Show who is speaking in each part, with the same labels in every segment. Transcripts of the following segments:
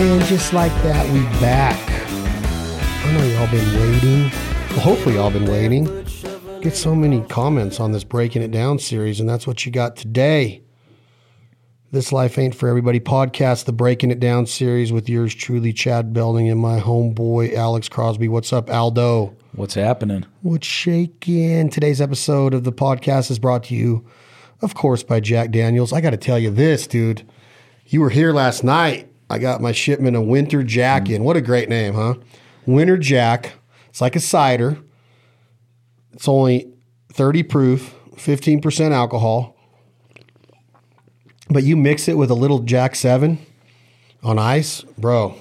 Speaker 1: And just like that, we back. I know y'all been waiting. Well, hopefully, y'all been waiting. Get so many comments on this Breaking It Down series, and that's what you got today. This Life Ain't For Everybody podcast, the Breaking It Down series with yours truly, Chad Belding, and my homeboy, Alex Crosby. What's up, Aldo?
Speaker 2: What's happening?
Speaker 1: What's shaking? Today's episode of the podcast is brought to you, of course, by Jack Daniels. I got to tell you this, dude. You were here last night. I got my shipment of Winter Jack in. What a great name, huh? Winter Jack. It's like a cider. It's only 30 proof, 15% alcohol. But you mix it with a little Jack 7 on ice, bro.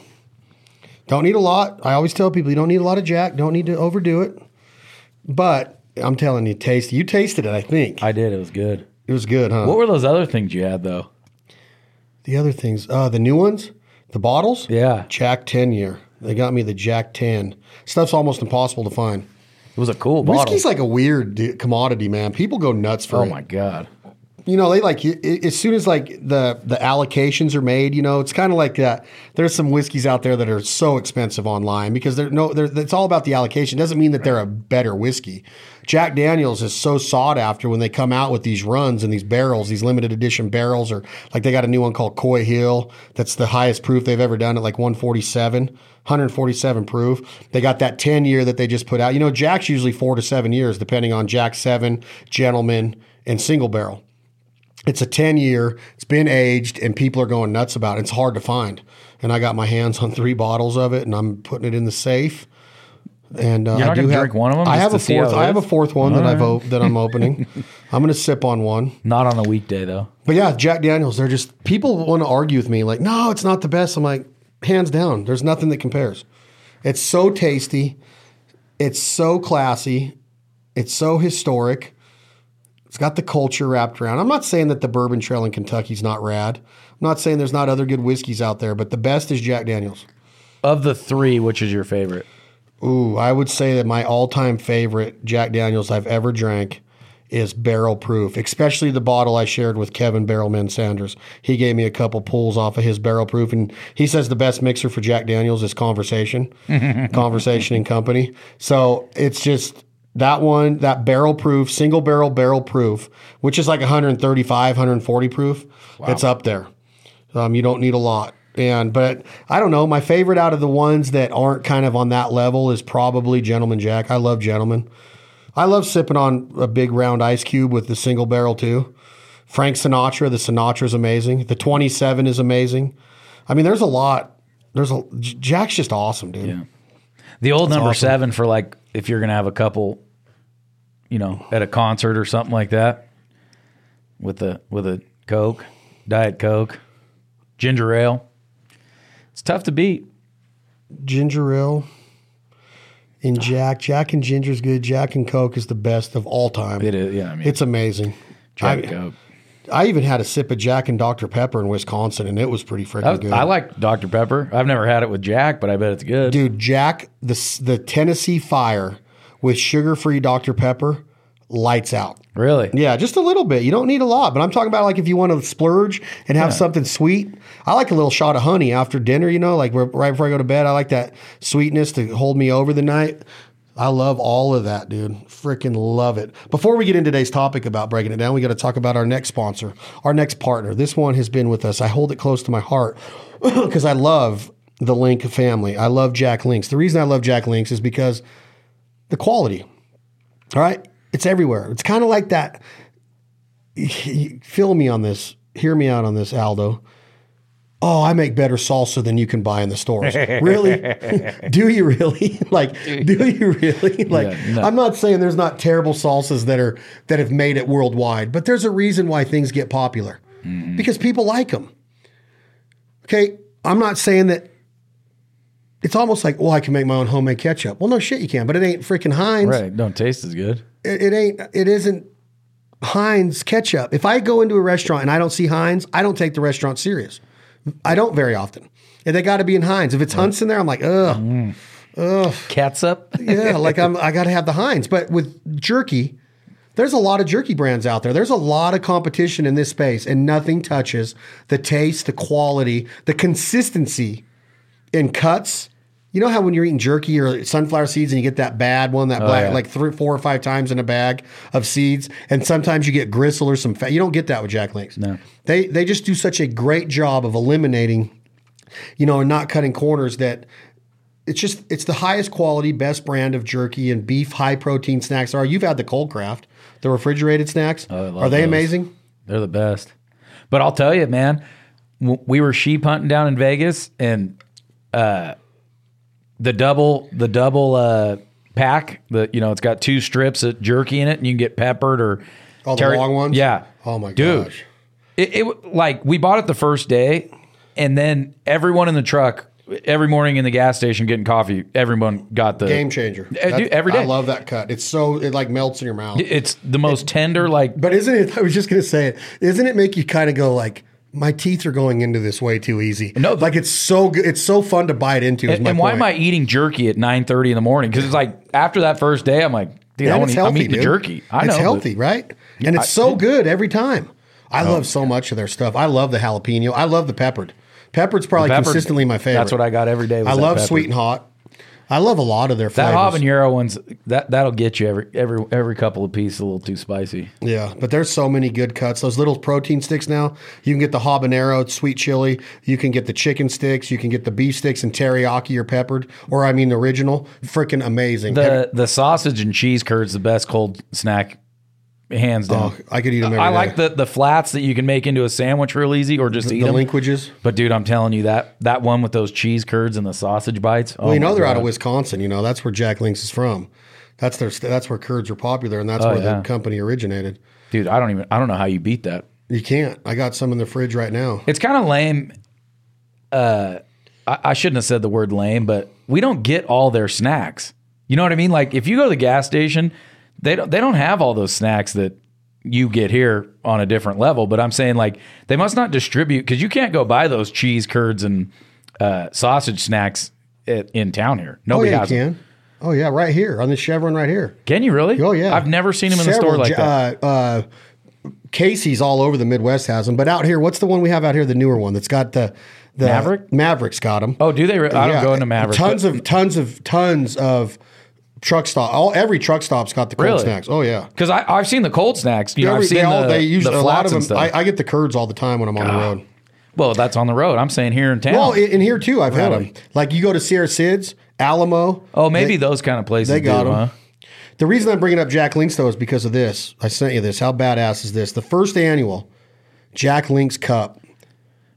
Speaker 1: Don't need a lot. I always tell people you don't need a lot of Jack. Don't need to overdo it. But I'm telling you, taste. You tasted it, I think.
Speaker 2: I did. It was good.
Speaker 1: It was good, huh?
Speaker 2: What were those other things you had though?
Speaker 1: the other things, uh, the new ones, the bottles.
Speaker 2: Yeah,
Speaker 1: Jack 10 year. They got me the Jack 10. Stuff's almost impossible to find.
Speaker 2: it was a cool bottle.
Speaker 1: Whiskey's like a weird d- commodity, man. People go nuts for
Speaker 2: oh
Speaker 1: it.
Speaker 2: my god.
Speaker 1: You know, they like i- i- as soon as like the the allocations are made. You know, it's kind of like that. There's some whiskeys out there that are so expensive online because they're no. They're, it's all about the allocation. Doesn't mean that they're a better whiskey. Jack Daniels is so sought after when they come out with these runs and these barrels, these limited edition barrels, or like they got a new one called Coy Hill. That's the highest proof they've ever done at like 147, 147 proof. They got that 10 year that they just put out. You know, Jack's usually four to seven years, depending on Jack 7, Gentleman, and Single Barrel. It's a 10 year, it's been aged, and people are going nuts about it. It's hard to find. And I got my hands on three bottles of it, and I'm putting it in the safe. And uh,
Speaker 2: You're not
Speaker 1: I do
Speaker 2: gonna
Speaker 1: have,
Speaker 2: drink one of 'em
Speaker 1: I
Speaker 2: just
Speaker 1: have
Speaker 2: to
Speaker 1: a
Speaker 2: see how
Speaker 1: fourth.
Speaker 2: it
Speaker 1: I have a
Speaker 2: is?
Speaker 1: fourth one that I've o- that I'm opening. I'm going to sip on one.
Speaker 2: Not on a weekday though.
Speaker 1: But yeah, Jack Daniels. They're just people want to argue with me like, no, it's not the best. I'm like, hands down. There's nothing that compares. It's so tasty. It's so classy. It's so historic. It's got the culture wrapped around. I'm not saying that the Bourbon Trail in Kentucky's not rad. I'm not saying there's not other good whiskeys out there, but the best is Jack Daniels.
Speaker 2: Of the three, which is your favorite?
Speaker 1: Ooh, I would say that my all-time favorite Jack Daniels I've ever drank is barrel proof, especially the bottle I shared with Kevin Barrelman Sanders. He gave me a couple pulls off of his barrel proof, and he says the best mixer for Jack Daniels is conversation, conversation and company. So it's just that one, that barrel proof, single barrel barrel proof, which is like 135, 140 proof. It's up there. Um, you don't need a lot. And but I don't know. My favorite out of the ones that aren't kind of on that level is probably Gentleman Jack. I love Gentleman. I love sipping on a big round ice cube with the single barrel too. Frank Sinatra, the Sinatra is amazing. The 27 is amazing. I mean, there's a lot. There's a J- Jack's just awesome, dude.
Speaker 2: Yeah. The old number seven for like if you're gonna have a couple, you know, at a concert or something like that, with a with a Coke, Diet Coke, ginger ale. It's tough to beat.
Speaker 1: Ginger ale and Jack. Jack and ginger's good. Jack and Coke is the best of all time.
Speaker 2: It is. Yeah, I mean,
Speaker 1: It's amazing.
Speaker 2: Jack
Speaker 1: I-
Speaker 2: Coke.
Speaker 1: I even had a sip of Jack and Dr. Pepper in Wisconsin, and it was pretty
Speaker 2: I,
Speaker 1: freaking good.
Speaker 2: I like Dr Pepper. I've never had it with Jack, but I bet it's good.
Speaker 1: Dude, Jack, the, s- the Tennessee Fire with sugar free Dr. Pepper lights out.
Speaker 2: Really?
Speaker 1: Yeah, just a little bit. You don't need a lot, but I'm talking about like if you want to splurge and have something sweet. I like a little shot of honey after dinner, you know, like where- right before I go to bed. I like that sweetness to hold me over the night. I love all of that, dude. Freaking love it. Before we get into today's topic about breaking it down, we got to talk about our next sponsor, our next partner. This one has been with us. I hold it close to my heart because I love the Link family. I love Jack Links. The reason I love Jack Links is because the quality. All right. It's everywhere. It's kind of like that. Feel me on this. Hear me out on this, Aldo. Oh, I make better salsa than you can buy in the stores. really? do you really? like, do you really? Like,
Speaker 2: Yeah, no.
Speaker 1: I'm not saying there's not terrible salsas that are that have made it worldwide, but there's a reason why things get popular
Speaker 2: Mm-hmm.
Speaker 1: because people like them. Okay, I'm not saying that. It's almost like, well, I can make my own homemade ketchup. Well, no shit, you can, but it ain't freaking Heinz
Speaker 2: Right. Don't taste as good.
Speaker 1: it, it ain't it isn't Heinz ketchup. If I go into a restaurant and I don't see Heinz, I don't take the restaurant serious. I don't very often. And they got to be in Heinz. If it's Hunt's in there, I'm like, ugh,
Speaker 2: Catsup.
Speaker 1: yeah, like I'm, I got to have the Heinz. But with jerky, there's a lot of jerky brands out there. There's a lot of competition in this space, and nothing touches the taste, the quality, the consistency in cuts. You know how when you're eating jerky or sunflower seeds and you get that bad one, that black,
Speaker 2: Oh, yeah.
Speaker 1: like three, four or five times in a bag of seeds, and sometimes you get gristle or some fat. You don't get that with Jack Links.
Speaker 2: No.
Speaker 1: They they just do such a great job of eliminating, you know, and not cutting corners that it's just it's the highest quality, best brand of jerky and beef high protein snacks are. You've had the cold craft, the refrigerated snacks.
Speaker 2: Oh, love
Speaker 1: are they
Speaker 2: those.
Speaker 1: amazing?
Speaker 2: They're the best. But I'll tell you, man, w- we were sheep hunting down in Vegas, and uh, the double the double uh, pack. The you know it's got two strips of jerky in it, and you can get peppered or
Speaker 1: All the
Speaker 2: terry-
Speaker 1: long ones?
Speaker 2: Yeah.
Speaker 1: Oh my
Speaker 2: Dude.
Speaker 1: gosh.
Speaker 2: It, it w- like we bought it the first day, and then everyone in the truck. Every morning in the gas station getting coffee, everyone got the
Speaker 1: Game changer.
Speaker 2: Eh, dude,
Speaker 1: That-
Speaker 2: every day.
Speaker 1: I love that cut. It's so it like melts in your mouth.
Speaker 2: It's the most tender, like
Speaker 1: But isn't it? I was just gonna say it. Isn't it make you kind of go like, my teeth are going into this way too easy?
Speaker 2: No,
Speaker 1: like it's so good. It's so fun to bite into. Is
Speaker 2: And,
Speaker 1: my
Speaker 2: and why
Speaker 1: point.
Speaker 2: am I eating jerky at nine thirty in the morning? Because it's like after that first day, I'm like, dude, I
Speaker 1: And
Speaker 2: want
Speaker 1: it's
Speaker 2: to. I'm
Speaker 1: healthy,
Speaker 2: eating the
Speaker 1: dude.
Speaker 2: jerky. I know
Speaker 1: it's
Speaker 2: but-
Speaker 1: healthy, right? And it's so good every time. I
Speaker 2: oh.
Speaker 1: love so much of their stuff. I love the jalapeno. I love the peppered. Peppered's probably
Speaker 2: peppered-
Speaker 1: consistently my favorite.
Speaker 2: That's what I got every day. was
Speaker 1: I
Speaker 2: that
Speaker 1: love
Speaker 2: pepper.
Speaker 1: sweet and hot. I love a lot of their
Speaker 2: That
Speaker 1: flavors.
Speaker 2: habanero ones that that'll get you every every every couple of pieces a little too spicy.
Speaker 1: Yeah, but there's so many good cuts. Those little protein sticks now, you can get the habanero sweet chili, you can get the chicken sticks, you can get the beef sticks and teriyaki or peppered, or I mean the original. Freaking amazing. Have-
Speaker 2: The the sausage and cheese curds the best cold snack, hands down.
Speaker 1: oh, I could eat them every
Speaker 2: I like the the flats that you can make into a sandwich real easy, or just eat
Speaker 1: the
Speaker 2: them.
Speaker 1: linkages.
Speaker 2: But dude, I'm telling you that that one with those cheese curds and the sausage bites. Oh
Speaker 1: Well, you know
Speaker 2: my
Speaker 1: they're
Speaker 2: God.
Speaker 1: out of Wisconsin, you know. That's where Jack Links is from. That's their st- that's where curds are popular and that's where
Speaker 2: Oh, yeah.
Speaker 1: the company originated.
Speaker 2: dude. I don't even I don't know how you beat that.
Speaker 1: You can't. I got some in the fridge right now.
Speaker 2: It's kind of lame. Uh, I, I shouldn't have said the word lame, but we don't get all their snacks. You know what I mean? Like if you go to the gas station, they don't they don't have all those snacks that you get here on a different level. But I'm saying like they must not distribute because you can't go buy those cheese curds and uh, sausage snacks at, in town here.
Speaker 1: Oh
Speaker 2: Nobody
Speaker 1: yeah, you
Speaker 2: has. Them.
Speaker 1: can. Oh yeah, right here on this Chevron right here.
Speaker 2: Can you really?
Speaker 1: Oh yeah,
Speaker 2: I've never seen them in the store
Speaker 1: Several
Speaker 2: like
Speaker 1: j-
Speaker 2: that.
Speaker 1: Uh, uh, Casey's all over the Midwest has them, but out here, what's the one we have out here? The newer one that's got the the
Speaker 2: Maverick?
Speaker 1: Maverick's got them.
Speaker 2: Oh, do they? Re- I don't go into Maverick.
Speaker 1: Tons
Speaker 2: but-
Speaker 1: of tons of tons of truck stop. All every truck stop's got the cold
Speaker 2: Really?
Speaker 1: snacks. Oh yeah.
Speaker 2: because I've seen the cold snacks. You know,
Speaker 1: Every-
Speaker 2: I've seen
Speaker 1: they all,
Speaker 2: the,
Speaker 1: they usually,
Speaker 2: the
Speaker 1: a lot
Speaker 2: flats
Speaker 1: of
Speaker 2: and
Speaker 1: them.
Speaker 2: stuff. Oh,
Speaker 1: I, I get the curds all the time when I'm on the road.
Speaker 2: well, that's on the road. I'm saying here in town.
Speaker 1: Well, in, in here too, I've had
Speaker 2: Really?
Speaker 1: them. Like you go to Sierra Sid's, Alamo.
Speaker 2: Oh, maybe those kind of places.
Speaker 1: they got
Speaker 2: do,
Speaker 1: 'em.
Speaker 2: huh?
Speaker 1: The reason I'm bringing up Jack Links though is because of this. I sent you this. How badass is this? The first annual Jack Links Cup,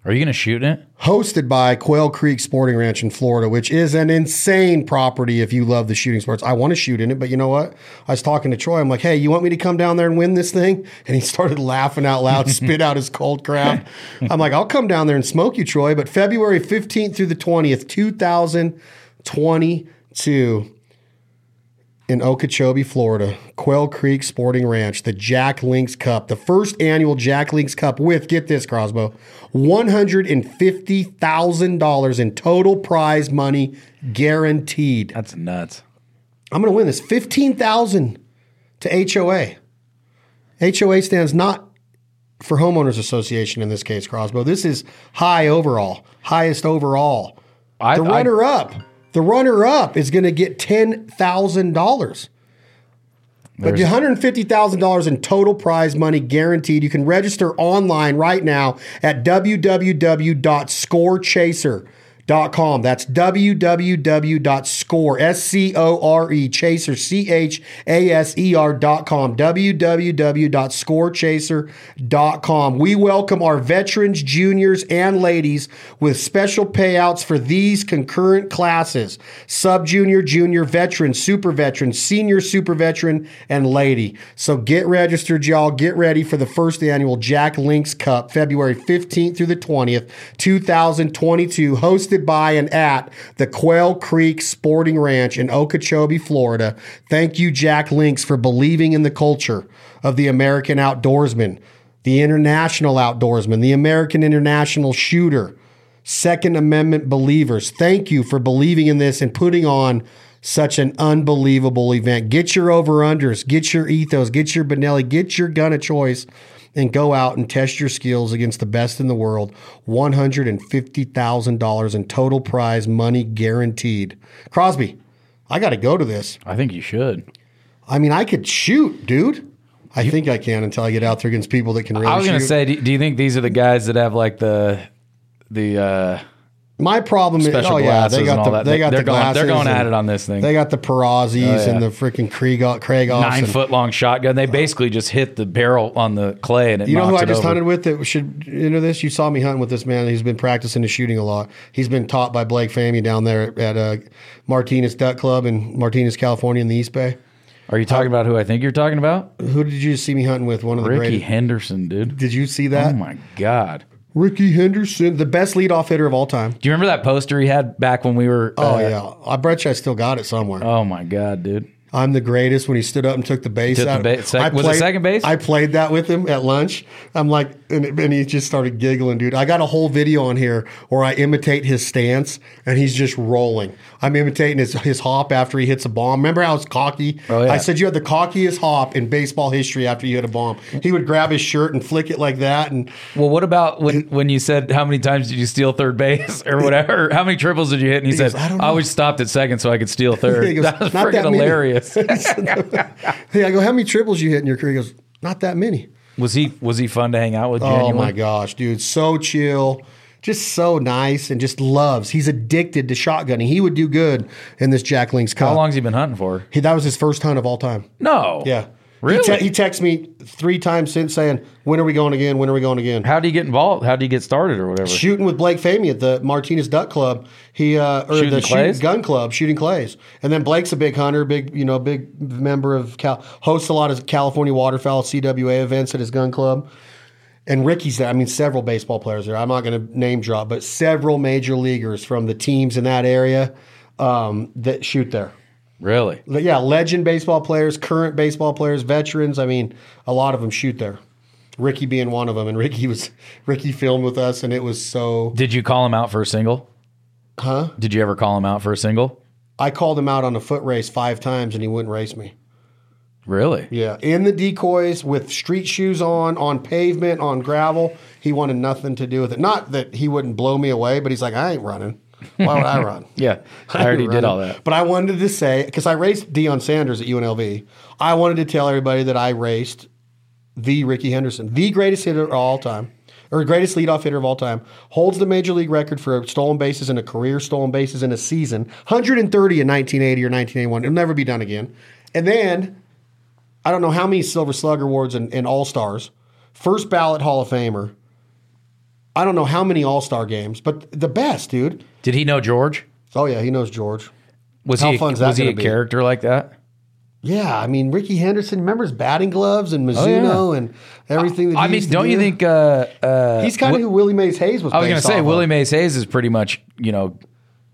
Speaker 2: Are you going to shoot it?
Speaker 1: hosted by Quail Creek Sporting Ranch in Florida, which is an insane property if you love the shooting sports. I want to shoot in it, but you know what? I was talking to Troy. I'm like, hey, you want me to come down there and win this thing? And he started laughing out loud, spit out his cold crap. I'm like, I'll come down there and smoke you, Troy. But February 15th through the 20th, 2022 in Okeechobee, Florida, Quail Creek Sporting Ranch, the Jack Links Cup, the first annual Jack Links Cup with, get this, Crosbo, $150,000 in total prize money guaranteed.
Speaker 2: That's nuts.
Speaker 1: I'm going to win this 15000 to HOA. HOA stands not for Homeowners Association in this case, Crosbo. This is high overall, highest overall.
Speaker 2: I,
Speaker 1: The
Speaker 2: I,
Speaker 1: runner up, the runner up is going to get ten thousand dollars. But one hundred fifty thousand dollars in total prize money guaranteed. You can register online right now at www.scorechaser.com. That's www.score s c o r e chaser c h a s e r dot com. www.scorechaser.com. We welcome our veterans, juniors, and ladies with special payouts for these concurrent classes sub junior, junior, veteran, super veteran, senior super veteran, and lady. So get registered, y'all. Get ready for the first annual Jack Links Cup, February 15th through the 20th, 2022, hosted by and at the Quail Creek Sporting Ranch in Okeechobee, Florida. Thank you, Jack Links, for believing in the culture of the American outdoorsman, the international outdoorsman, the American international shooter. Second Amendment believers, thank you for believing in this and putting on such an unbelievable event. Get your over unders, get your ethos, get your Benelli, get your gun of choice and go out and test your skills against the best in the world. $150,000 in total prize money guaranteed. Crosby, I got to go to this.
Speaker 2: I think you should.
Speaker 1: I mean, I could shoot, dude. I think I can until I get out there against people that can really
Speaker 2: I was
Speaker 1: shoot.
Speaker 2: going to say, do, do you think these are the guys that have like the the uh,
Speaker 1: My problem is,
Speaker 2: special
Speaker 1: oh yeah,
Speaker 2: glasses
Speaker 1: they
Speaker 2: and
Speaker 1: got
Speaker 2: all
Speaker 1: the
Speaker 2: that?
Speaker 1: they got
Speaker 2: are
Speaker 1: the
Speaker 2: going,
Speaker 1: glasses.
Speaker 2: they're going at
Speaker 1: and
Speaker 2: it on this thing. Oh,
Speaker 1: They got the Perazis and the freaking Krieg Craig
Speaker 2: Nine foot long shotgun. They basically just hit the barrel on the clay and it
Speaker 1: You know who
Speaker 2: knocks
Speaker 1: I
Speaker 2: it
Speaker 1: just
Speaker 2: over.
Speaker 1: hunted with that should enter this? You saw me hunting with this man. He's been practicing his shooting a lot. He's been taught by Blake Famy down there at uh, Martinez Duck Club in Martinez, California, in the East Bay.
Speaker 2: Are you talking about who I think you're talking about?
Speaker 1: Who did you see me hunting with? One of the
Speaker 2: Ricky
Speaker 1: greatest.
Speaker 2: Henderson, dude.
Speaker 1: Did you see
Speaker 2: Oh
Speaker 1: that?
Speaker 2: my god.
Speaker 1: Ricky Henderson, the best leadoff hitter of all time.
Speaker 2: Do you remember that poster he had back when we were?
Speaker 1: Oh
Speaker 2: uh,
Speaker 1: yeah, I bet you I still got it somewhere.
Speaker 2: Oh my god, dude.
Speaker 1: I'm the greatest when he stood up and took the base
Speaker 2: Took the
Speaker 1: out.
Speaker 2: ba- sec-
Speaker 1: I
Speaker 2: was it second base?
Speaker 1: I played that with him at lunch. I'm like, and, and he just started giggling, dude. I got a whole video on here where I imitate his stance, and he's just rolling. I'm imitating his, his hop after he hits a bomb. Remember how it's cocky?
Speaker 2: Oh, yeah.
Speaker 1: I said you had the cockiest hop in baseball history after you hit a bomb. He would grab his shirt and flick it like that, and
Speaker 2: Well, what about when, when you said how many times did you steal third base or whatever? How many triples did you hit? And he, said,
Speaker 1: goes, "I
Speaker 2: I,
Speaker 1: don't know."
Speaker 2: always stopped at second so I could steal third.
Speaker 1: He goes,
Speaker 2: that was
Speaker 1: "Not
Speaker 2: freaking
Speaker 1: that many."
Speaker 2: hilarious.
Speaker 1: hey, I go, how many triples you hit in your career? He goes, not that many.
Speaker 2: was he was he fun to hang out with?
Speaker 1: Oh
Speaker 2: genuinely?
Speaker 1: my gosh, dude, so chill, just so nice, and just loves. He's addicted to shotgunning. He would do good in this Jack Link's Cup.
Speaker 2: How long's he been hunting for?
Speaker 1: He, that was his first hunt of all time.
Speaker 2: No.
Speaker 1: Yeah,
Speaker 2: Really?
Speaker 1: He, te- he texts me three times since saying, "When are we going again? When are we going again?"
Speaker 2: How do you get involved? How do you get started or whatever?
Speaker 1: Shooting with Blake Famy at the Martinez Duck Club, he uh, or
Speaker 2: Shooting
Speaker 1: the
Speaker 2: clays?
Speaker 1: shooting gun club, shooting clays, and then Blake's a big hunter, big you know, big member of Cal, hosts a lot of California waterfowl CWA events at his gun club. and Ricky's there. I mean, several baseball players there. I'm not going to name drop, but several major leaguers from the teams in that area um, that shoot there.
Speaker 2: Really?
Speaker 1: But yeah, legend baseball players, current baseball players, veterans. I mean, a lot of them shoot there. Ricky being one of them, and Ricky was Ricky filmed with us, and it was so.
Speaker 2: Did you call him out for a single? Huh? Did you ever call him out for a single?
Speaker 1: I called him out on a foot race five times, and he wouldn't race me.
Speaker 2: Really?
Speaker 1: Yeah, in the decoys with street shoes on, on pavement, on gravel. He wanted nothing to do with it. Not that he wouldn't blow me away, but he's like, I ain't running. Why would I run?
Speaker 2: Yeah. I already did all that.
Speaker 1: But I wanted to say because I raced Dion Sanders at UNLV. I wanted to tell everybody that I raced the Ricky Henderson, the greatest hitter of all time, or greatest leadoff hitter of all time, holds the major league record for stolen bases in a career, stolen bases in a season, 130 in 1980 or 1981. It'll never be done again. And then I don't know how many Silver Slug awards and, and All Stars, first ballot Hall of Famer. I don't know how many All Star games, but the best, dude.
Speaker 2: Did he know George?
Speaker 1: Oh yeah, he knows George.
Speaker 2: Was
Speaker 1: How
Speaker 2: he
Speaker 1: fun's that
Speaker 2: was he
Speaker 1: gonna
Speaker 2: a
Speaker 1: be?
Speaker 2: character like that?
Speaker 1: Yeah, I mean Ricky Henderson. Remember his batting gloves and Mizuno and everything. That he
Speaker 2: Oh, I mean,
Speaker 1: used to
Speaker 2: don't you
Speaker 1: do?
Speaker 2: think uh, uh,
Speaker 1: he's kind of who Willie Mays Hayes was?
Speaker 2: I was going to
Speaker 1: based
Speaker 2: say
Speaker 1: off
Speaker 2: Willie
Speaker 1: Of.
Speaker 2: Mays Hayes is pretty much you know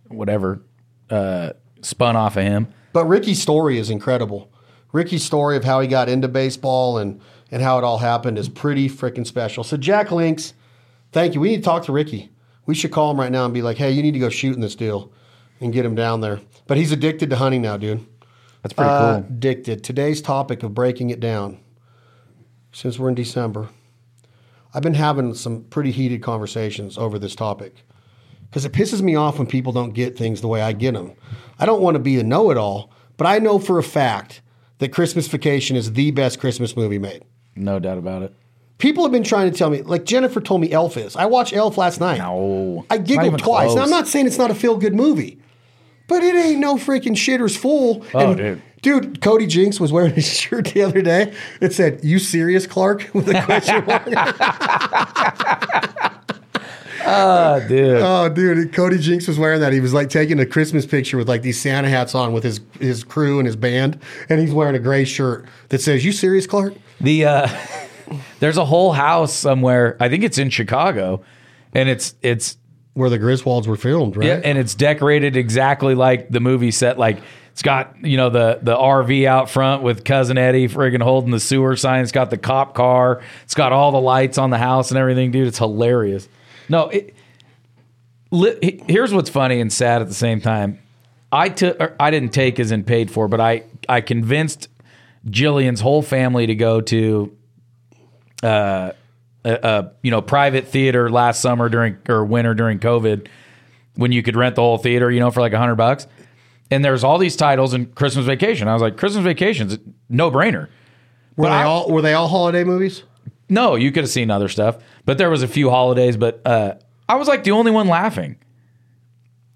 Speaker 2: whatever uh, spun off of him.
Speaker 1: But Ricky's story is incredible. Ricky's story of how he got into baseball and and how it all happened is pretty freaking special. So Jack Links, thank you. We need to talk to Ricky. We should call him right now and be like, hey, you need to go shooting this deal and get him down there. But he's addicted to hunting now, dude.
Speaker 2: That's pretty
Speaker 1: Uh,
Speaker 2: cool.
Speaker 1: Addicted. Today's topic of breaking it down. Since we're in December, I've been having some pretty heated conversations over this topic because it pisses me off when people don't get things the way I get them. I don't want to be a know it all, but I know for a fact that Christmas Vacation is the best Christmas movie made.
Speaker 2: No doubt about it.
Speaker 1: People have been trying to tell me, like Jennifer told me Elf is. I watched Elf last night.
Speaker 2: No.
Speaker 1: I
Speaker 2: Not even
Speaker 1: giggled twice. Now,
Speaker 2: close.
Speaker 1: I'm not saying it's not a feel good movie, but it ain't no freaking shitter's fool.
Speaker 2: Oh, dude.
Speaker 1: Dude, Cody Jinks was wearing his shirt the other day. It said, You serious, Clark? with a question mark.
Speaker 2: Ah, dude.
Speaker 1: oh, dude. Cody Jinks was wearing that. He was like taking a Christmas picture with like these Santa hats on with his, his crew and his band. And he's wearing a gray shirt that says, You serious, Clark?
Speaker 2: The uh, there's a whole house somewhere. I think it's in Chicago, and it's it's
Speaker 1: Where the Griswolds were filmed, right?
Speaker 2: Yeah, and it's decorated exactly like the movie set. Like it's got you know the the RV out front with cousin Eddie friggin' holding the sewer sign. It's got the cop car. It's got all the lights on the house and everything, dude. It's hilarious. No, it, li- he- here's what's funny and sad at the same time. I took or I didn't take as in paid for, but I I convinced Jillian's whole family to go to uh, uh, you know, private theater last summer during or winter during COVID, when you could rent the whole theater, you know, for like a hundred bucks. And there's all these titles and Christmas Vacation. I was like, Christmas Vacation's no brainer.
Speaker 1: Were
Speaker 2: But
Speaker 1: they
Speaker 2: I-
Speaker 1: all were they all holiday movies?
Speaker 2: No, you could have seen other stuff, but there was a few holidays. But uh, I was like the only one laughing,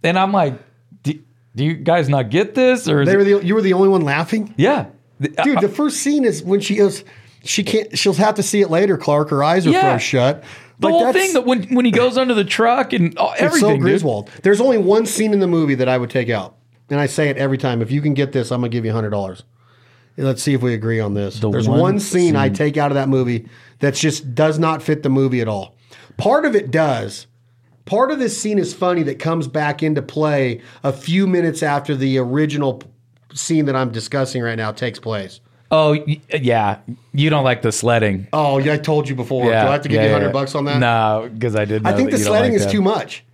Speaker 2: and I'm like, do, do you guys not get this? Or is
Speaker 1: They
Speaker 2: it-
Speaker 1: were the, you were the only one laughing,
Speaker 2: yeah, uh, Th-
Speaker 1: dude. The first scene is when she goes. She can't. She'll have to see it later, Clark. Her eyes are
Speaker 2: Yeah.
Speaker 1: froze shut.
Speaker 2: the
Speaker 1: Like,
Speaker 2: whole
Speaker 1: that's-
Speaker 2: thing that when when he goes under the truck and all,
Speaker 1: It's
Speaker 2: everything,
Speaker 1: so
Speaker 2: dude.
Speaker 1: Griswold. There's only one scene in the movie that I would take out, and I say it every time. If you can get this, I'm gonna give you hundred dollars. Let's see if we agree on this. There's
Speaker 2: one
Speaker 1: one, scene, I take out of that movie that just does not fit the movie at all. Part of it does. Part of this scene is funny that comes back into play a few minutes after the original scene that I'm discussing right now takes place.
Speaker 2: Oh y- yeah, you don't like the sledding.
Speaker 1: Oh, yeah, I told you before.
Speaker 2: Yeah,
Speaker 1: Do I have to give
Speaker 2: yeah,
Speaker 1: you
Speaker 2: yeah,
Speaker 1: 100
Speaker 2: yeah.
Speaker 1: bucks on that?
Speaker 2: No, because I did. Know
Speaker 1: I think the
Speaker 2: that you don't
Speaker 1: sledding
Speaker 2: like
Speaker 1: is
Speaker 2: that.
Speaker 1: too much.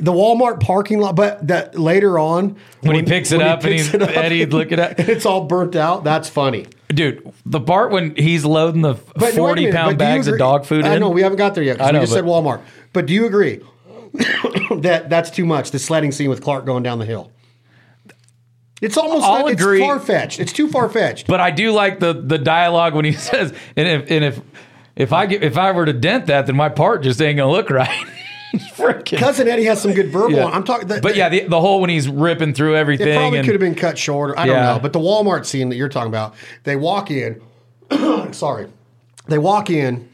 Speaker 1: The Walmart parking lot, but that later on
Speaker 2: When, he picks it
Speaker 1: when he
Speaker 2: up and
Speaker 1: picks
Speaker 2: he's
Speaker 1: it up
Speaker 2: and he's looking at
Speaker 1: it's all burnt out. That's funny.
Speaker 2: dude the part when he's loading the
Speaker 1: But no, wait a
Speaker 2: forty
Speaker 1: minute,
Speaker 2: pound
Speaker 1: but do you
Speaker 2: bags of
Speaker 1: agree-
Speaker 2: dog food.
Speaker 1: I
Speaker 2: in.
Speaker 1: know we haven't got there yet. 'cause
Speaker 2: I know,
Speaker 1: we just said
Speaker 2: but-
Speaker 1: Walmart. But do you agree that that's too much? The sledding scene with Clark going down the hill. It's almost
Speaker 2: I'll
Speaker 1: like
Speaker 2: agree.
Speaker 1: it's far fetched. It's too far fetched.
Speaker 2: But I do like the the dialogue when he says, and if and if if I get, if I were to dent that, then my part just ain't gonna look right. Freaking.
Speaker 1: Cousin Eddie has some good verbal. on I'm talking.
Speaker 2: But yeah, the, the whole when he's ripping through everything.
Speaker 1: It probably
Speaker 2: and-
Speaker 1: could have been cut shorter. I don't
Speaker 2: Yeah.
Speaker 1: know. But the Walmart scene that you're talking about, they walk in. sorry, they walk in,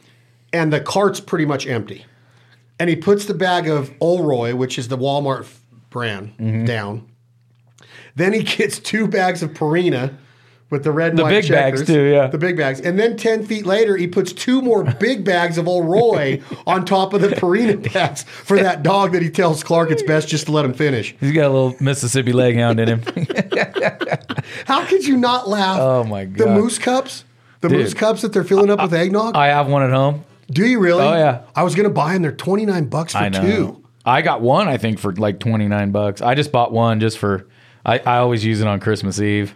Speaker 1: and the cart's pretty much empty. And he puts the bag of Olroy, which is the Walmart f- brand,
Speaker 2: Mm-hmm.
Speaker 1: down. Then he gets two bags of Purina with the red and white
Speaker 2: big bags
Speaker 1: checkers.
Speaker 2: too, yeah.
Speaker 1: The big bags. And then 10 feet later, he puts two more big bags of Olroy on top of the Purina bags for that dog that he tells Clark it's best just to let him finish.
Speaker 2: He's got a little Mississippi leg hound in him.
Speaker 1: How could you not laugh?
Speaker 2: Oh, my
Speaker 1: The
Speaker 2: God.
Speaker 1: moose cups, the moose cups that they're filling up with eggnog.
Speaker 2: I have one at home.
Speaker 1: Do you really?
Speaker 2: Oh, yeah.
Speaker 1: I was gonna buy them. They're twenty nine bucks for
Speaker 2: I know.
Speaker 1: two.
Speaker 2: I got one, I think, for like twenty nine bucks. I just bought one just for. I, I always use it on Christmas Eve.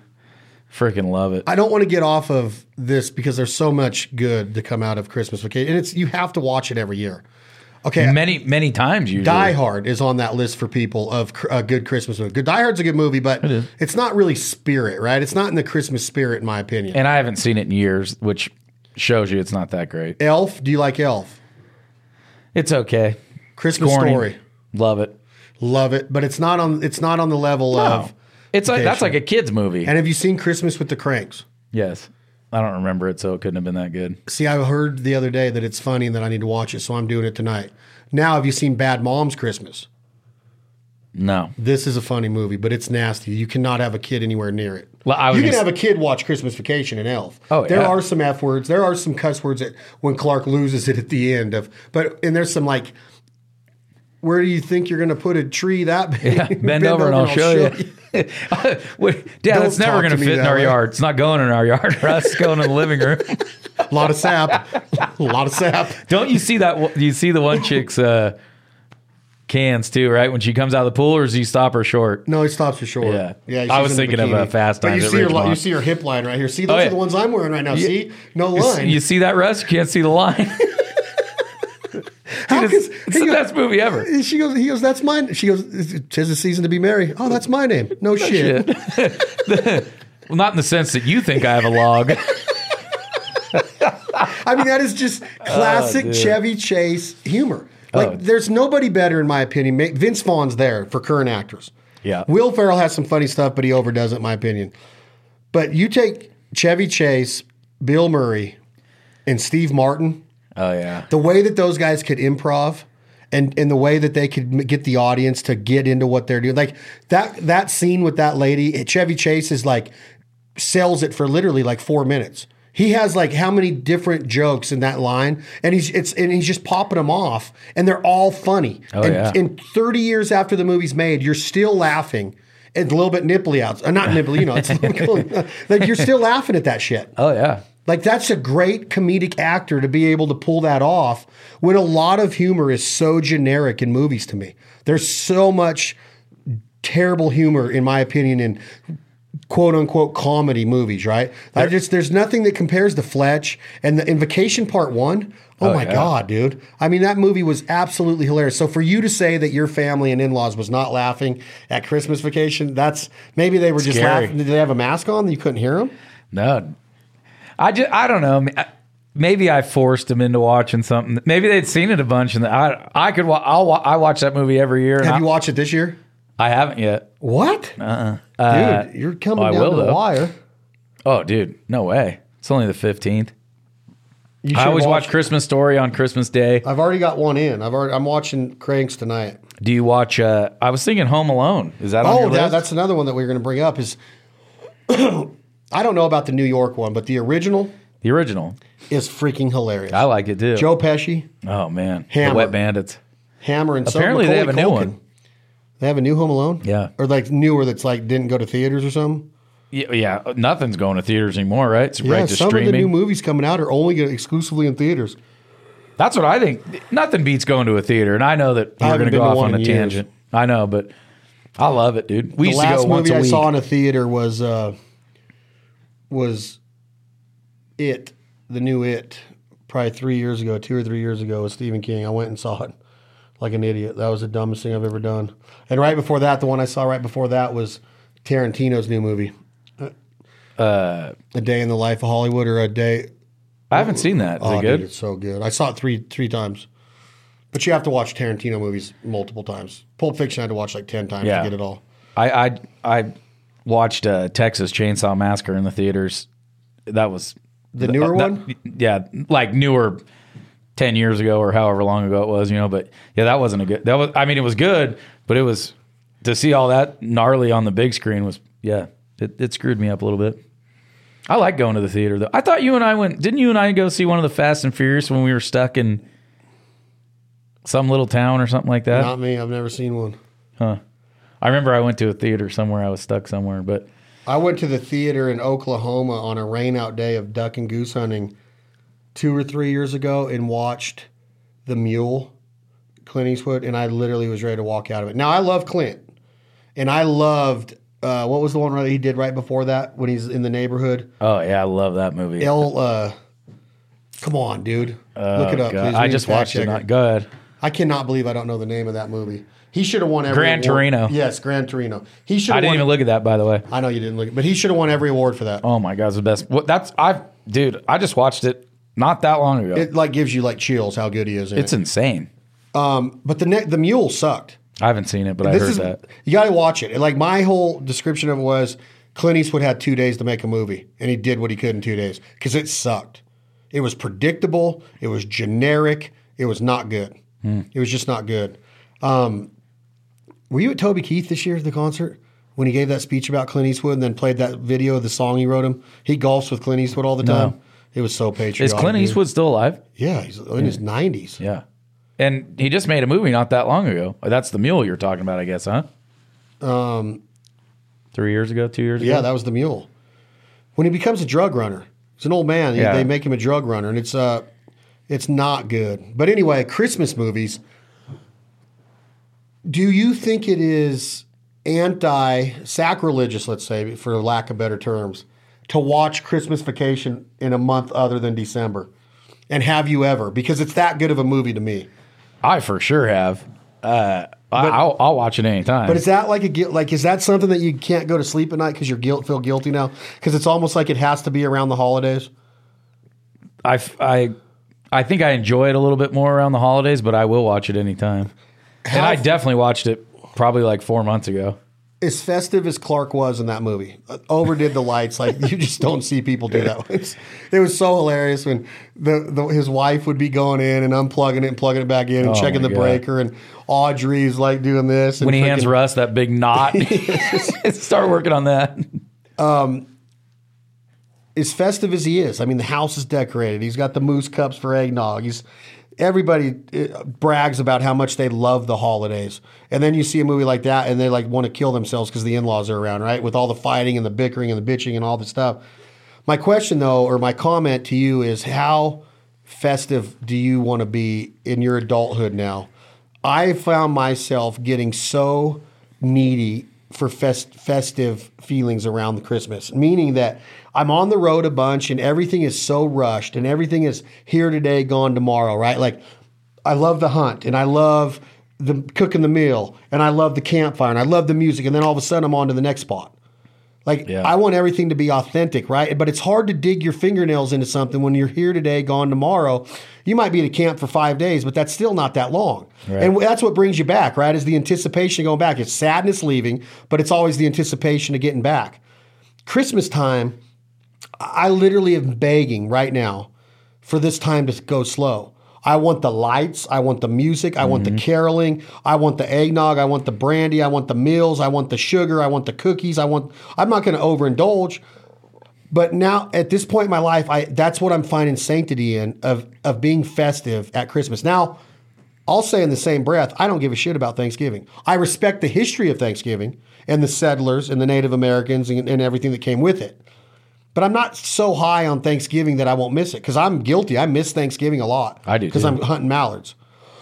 Speaker 2: Freaking love it.
Speaker 1: I don't want to get off of this because there's so much good to come out of Christmas vacation, and it's you have to watch it every year. Okay,
Speaker 2: many many times usually.
Speaker 1: Die Hard is on that list for people of cr- a good Christmas movie. Good Die Hard's a good movie, but it's not really spirit, right? It's not in the Christmas spirit, in my opinion.
Speaker 2: And I haven't seen it in years, which shows you it's not that great.
Speaker 1: Elf, do you like Elf?
Speaker 2: It's okay.
Speaker 1: Christmas
Speaker 2: Corny.
Speaker 1: Story,
Speaker 2: Love it.
Speaker 1: love it, but it's not on. It's not on the level
Speaker 2: Oh.
Speaker 1: of.
Speaker 2: It's like that's
Speaker 1: vacation.
Speaker 2: like a kids movie.
Speaker 1: And have you seen Christmas with the Cranks?
Speaker 2: yes. I don't remember it, so it couldn't have been that good.
Speaker 1: See, I heard the other day that it's funny and that I need to watch it, so I'm doing it tonight. Now, have you seen Bad Moms Christmas?
Speaker 2: No.
Speaker 1: This is a funny movie, but it's nasty. You cannot have a kid anywhere near it.
Speaker 2: Well, I was
Speaker 1: you can
Speaker 2: gonna
Speaker 1: have a kid watch Christmas Vacation and Elf.
Speaker 2: Oh,
Speaker 1: there
Speaker 2: yeah.
Speaker 1: are some f words. There are some cuss words that when Clark loses it at the end of, but and there's some like, where do you think you're going to put a tree that big?
Speaker 2: Bend, over, and I'll, show, you. Wait, Dad,
Speaker 1: Don't
Speaker 2: it's never
Speaker 1: talk
Speaker 2: going
Speaker 1: to
Speaker 2: to
Speaker 1: me
Speaker 2: fit in
Speaker 1: that
Speaker 2: our
Speaker 1: way.
Speaker 2: yard. It's not going in our yard. Russ, it's going in the living room.
Speaker 1: A lot of sap, a lot of sap.
Speaker 2: Don't you see that? one- You see the one chick's uh, cans too, right? When she comes out of the pool, or does he stop her short?
Speaker 1: No, he stops for short.
Speaker 2: Yeah.
Speaker 1: yeah.
Speaker 2: I
Speaker 1: she's
Speaker 2: was
Speaker 1: in the
Speaker 2: thinking of,
Speaker 1: bikini.
Speaker 2: uh, Fast
Speaker 1: But
Speaker 2: Times
Speaker 1: you
Speaker 2: at
Speaker 1: see her,
Speaker 2: Ridgemont.
Speaker 1: li- you see her hip line right here. See, those
Speaker 2: Oh, yeah.
Speaker 1: are the ones I'm wearing right now. See, no line.
Speaker 2: You see that, Russ? Can't see the line.
Speaker 1: How
Speaker 2: Dude,
Speaker 1: can-
Speaker 2: it's, it's the
Speaker 1: he goes-
Speaker 2: best movie ever.
Speaker 1: She goes. He goes. That's mine. She goes. Tis the season to be merry. Oh, that's my name. No, shit.
Speaker 2: Well, not in the sense that you think I have a log.
Speaker 1: I mean, that is just classic
Speaker 2: Oh, dude. Oh.
Speaker 1: Chevy Chase humor. Like, there's nobody better, in my opinion. Ma- Vince Vaughn's there for current actors.
Speaker 2: Yeah.
Speaker 1: Will Ferrell has some funny stuff, but he overdoes it, in my opinion. But you take Chevy Chase, Bill Murray, and Steve Martin.
Speaker 2: oh yeah.
Speaker 1: the way that those guys could improv and and the way that they could m- get the audience to get into what they're doing like that that scene with that lady eh, chevy chase is like sells it for literally like four minutes he has like how many different jokes in that line and he's it's and he's just popping them off and they're all funny and,
Speaker 2: Oh, yeah.
Speaker 1: and 30 years after the movie's made you're still laughing it's a little bit nipply out, uh, not nipply, you know. It's like you're still laughing at that shit.
Speaker 2: Oh yeah.
Speaker 1: Like that's a great comedic actor to be able to pull that off when a lot of humor is so generic in movies to me. There's so much terrible humor in my opinion in quote unquote comedy movies, right? I just there's nothing that compares to Fletch and the Invocation Part One. Oh, my
Speaker 2: yeah.
Speaker 1: god, dude! I mean, that movie was absolutely hilarious. So for you to say that your family and in laws was not laughing at Christmas Vacation, that's maybe they were just
Speaker 2: Scary.
Speaker 1: laughing. Did they have a mask on? that You couldn't hear them.
Speaker 2: No, I just I don't know. I- Maybe I forced them into watching something. Maybe they'd seen it a bunch, and I I could wa- I'll wa- I watch that movie every year. and
Speaker 1: Have
Speaker 2: I,
Speaker 1: you watched it this year?
Speaker 2: I haven't yet.
Speaker 1: What?
Speaker 2: Uh,
Speaker 1: dude, you're coming
Speaker 2: I
Speaker 1: down
Speaker 2: will,
Speaker 1: to the
Speaker 2: though.
Speaker 1: wire.
Speaker 2: Oh, dude, no way. It's only the fifteenth.
Speaker 1: You
Speaker 2: I
Speaker 1: should
Speaker 2: always watch Christmas Story on Christmas Day.
Speaker 1: I've already got one in. I've already. I'm watching Cranks tonight.
Speaker 2: Do you watch? Uh, I was thinking Home Alone. Is that on
Speaker 1: Oh,
Speaker 2: your
Speaker 1: that,
Speaker 2: list?
Speaker 1: that's another one that we were going to bring up. Is I don't know about the New York one, but the original
Speaker 2: the original.
Speaker 1: is freaking hilarious.
Speaker 2: I like it too.
Speaker 1: Joe Pesci,
Speaker 2: oh man,
Speaker 1: Hammer.
Speaker 2: the Wet Bandits.
Speaker 1: Hammer, and so
Speaker 2: Apparently they have a
Speaker 1: Macaulay
Speaker 2: new
Speaker 1: Culkin.
Speaker 2: one.
Speaker 1: They have a new Home Alone,
Speaker 2: Yeah.
Speaker 1: or like newer that's like didn't go to theaters or something.
Speaker 2: Yeah, yeah, nothing's going to theaters anymore, right? It's right to
Speaker 1: some
Speaker 2: streaming.
Speaker 1: of the new movies coming out are only gonna, exclusively in theaters.
Speaker 2: That's what I think. Nothing beats going to a theater, and I know that
Speaker 1: I
Speaker 2: we're
Speaker 1: haven't
Speaker 2: going to
Speaker 1: been
Speaker 2: go
Speaker 1: to
Speaker 2: off
Speaker 1: one
Speaker 2: on a
Speaker 1: in years.
Speaker 2: tangent. I know, but I love it, dude. We
Speaker 1: The
Speaker 2: used to go
Speaker 1: last
Speaker 2: once
Speaker 1: movie
Speaker 2: a
Speaker 1: I
Speaker 2: week.
Speaker 1: saw in a theater was uh, was it the new it probably three years ago, two or three years ago with Stephen King. I went and saw it like an idiot. That was the dumbest thing I've ever done. And right before that, the one I saw right before that was Tarantino's new movie, uh, A Day in the Life of Hollywood, or A Day.
Speaker 2: I haven't seen that. Is
Speaker 1: Oh,
Speaker 2: it good?
Speaker 1: dude, it's so good. I saw it three three times. But you have to watch Tarantino movies multiple times. Pulp Fiction I had to watch like ten times
Speaker 2: Yeah.
Speaker 1: to get it all.
Speaker 2: I I I watched uh, Texas Chainsaw Massacre in the theaters. That was
Speaker 1: The newer
Speaker 2: that-
Speaker 1: one.
Speaker 2: yeah, like newer ten years ago or however long ago it was, you know. But yeah, that wasn't a good. That was. I mean, it was good, but it was to see all that gnarly on the big screen was yeah. It, it screwed me up a little bit. I like going to the theater though. I thought you and I went. Didn't you and I go see one of the Fast and Furious when we were stuck in some little town or something like that?
Speaker 1: Not me. I've never seen one.
Speaker 2: I remember I went to a theater somewhere. I was stuck somewhere, but
Speaker 1: I went to the theater in Oklahoma on a rainout day of duck and goose hunting two or three years ago and watched The Mule, Clint Eastwood, and I literally was ready to walk out of it. Now, I love Clint, and I loved uh, what was the one that he did right before that when he's in the neighborhood?
Speaker 2: oh yeah, I love that movie.
Speaker 1: El, uh, come on, dude. Look it up,
Speaker 2: Oh, God,
Speaker 1: please. We
Speaker 2: I
Speaker 1: need
Speaker 2: just
Speaker 1: a fact
Speaker 2: watched it.
Speaker 1: checker.
Speaker 2: Not good.
Speaker 1: I cannot believe I don't know the name of that movie. He should have won every
Speaker 2: Gran
Speaker 1: award.
Speaker 2: Torino.
Speaker 1: Yes, Gran Torino. He should
Speaker 2: I
Speaker 1: have
Speaker 2: didn't
Speaker 1: won.
Speaker 2: even look at that, by the way.
Speaker 1: I know you didn't look, but he should have won every award for that.
Speaker 2: Oh my god, it's the best. What that's I, dude. I just watched it not that long ago.
Speaker 1: it like gives you like chills how good he is. In
Speaker 2: it's
Speaker 1: it.
Speaker 2: insane.
Speaker 1: but the ne- the mule sucked.
Speaker 2: I haven't seen it, but I
Speaker 1: This
Speaker 2: heard
Speaker 1: is
Speaker 2: that.
Speaker 1: you got to watch it. And like my whole description of it was Clint Eastwood had two days to make a movie, and he did what he could in two days because it sucked. It was predictable. It was generic. It was not good.
Speaker 2: Hmm.
Speaker 1: It was just not good. Um, were you at Toby Keith this year at the concert when he gave that speech about Clint Eastwood and then played that video of the song he wrote him? He golfs with Clint Eastwood all the time. It was so patriotic.
Speaker 2: Is Clint
Speaker 1: dude.
Speaker 2: Eastwood still alive?
Speaker 1: Yeah, he's in his nineties.
Speaker 2: Yeah, and he just made a movie not that long ago. That's the mule you're talking about, I guess, huh? Um, three years ago, two years
Speaker 1: Um, Yeah,
Speaker 2: ago.
Speaker 1: that was the mule. When he becomes a drug runner, he's an old man. They-
Speaker 2: Yeah.
Speaker 1: They make him a drug runner, and it's uh, it's not good. But anyway, Christmas movies. Do you think it is anti sacrilegious? Let's say, for lack of better terms, to watch Christmas Vacation in a month other than December, and have you ever? Because it's that good of a movie to me.
Speaker 2: I for sure have. Uh, I, I'll, I'll watch it anytime.
Speaker 1: But is that like a guilt? Like, is that something that you can't go to sleep at night because you're guilt feel guilty now? Because it's almost like it has to be around the holidays.
Speaker 2: I, f- I, I think I enjoy it a little bit more around the holidays, but I will watch it anytime. and
Speaker 1: How-
Speaker 2: I definitely watched it probably like four months ago.
Speaker 1: As festive as Clark was in that movie, uh, overdid the lights. Like you just don't see people do that. It's- it was so hilarious when the, the his wife would be going in and unplugging it and plugging it back in and
Speaker 2: Oh
Speaker 1: checking
Speaker 2: my
Speaker 1: the
Speaker 2: God.
Speaker 1: breaker, and Audrey's like doing this. And
Speaker 2: When he hands
Speaker 1: freaking-
Speaker 2: Russ that big knot, start working on that.
Speaker 1: as festive as he is, I mean, the house is decorated. He's got the moose cups for eggnog. He's everybody uh, brags about how much they love the holidays, and then you see a movie like that, and they like want to kill themselves because the in laws are around, right? With all the fighting and the bickering and the bitching and all the stuff. My question, though, or my comment to you is how festive do you want to be in your adulthood now? I found myself getting so needy for fest, festive feelings around Christmas, meaning that I'm on the road a bunch and everything is so rushed and everything is here today, gone tomorrow, right? Like, I love the hunt and I love the cooking the meal and I love the campfire and I love the music, and then all of a sudden I'm on to the next spot. Like,
Speaker 2: Yeah.
Speaker 1: I want everything to be authentic, right? But it's hard to dig your fingernails into something when you're here today, gone tomorrow. You might be at a camp for five days, but that's still not that long. And that's what brings you back, right? Is the anticipation of going back. It's sadness leaving, but it's always the anticipation of getting back. Christmas time, I literally am begging right now for this time to go slow. I want the lights. I want the music. I want the caroling. I want the eggnog. I want the brandy. I want the meals. I want the sugar. I want the cookies. I want. I'm not going to overindulge. But now, at this point in my life, I that's what I'm finding sanctity in of of being festive at Christmas. Now, I'll say in the same breath, I don't give a shit about Thanksgiving. I respect the history of Thanksgiving and the settlers and the Native Americans and, and everything that came with it. But I'm not so high on Thanksgiving that I won't miss it because I'm guilty. I miss Thanksgiving a lot.
Speaker 2: I do,
Speaker 1: because
Speaker 2: too.
Speaker 1: I'm hunting mallards.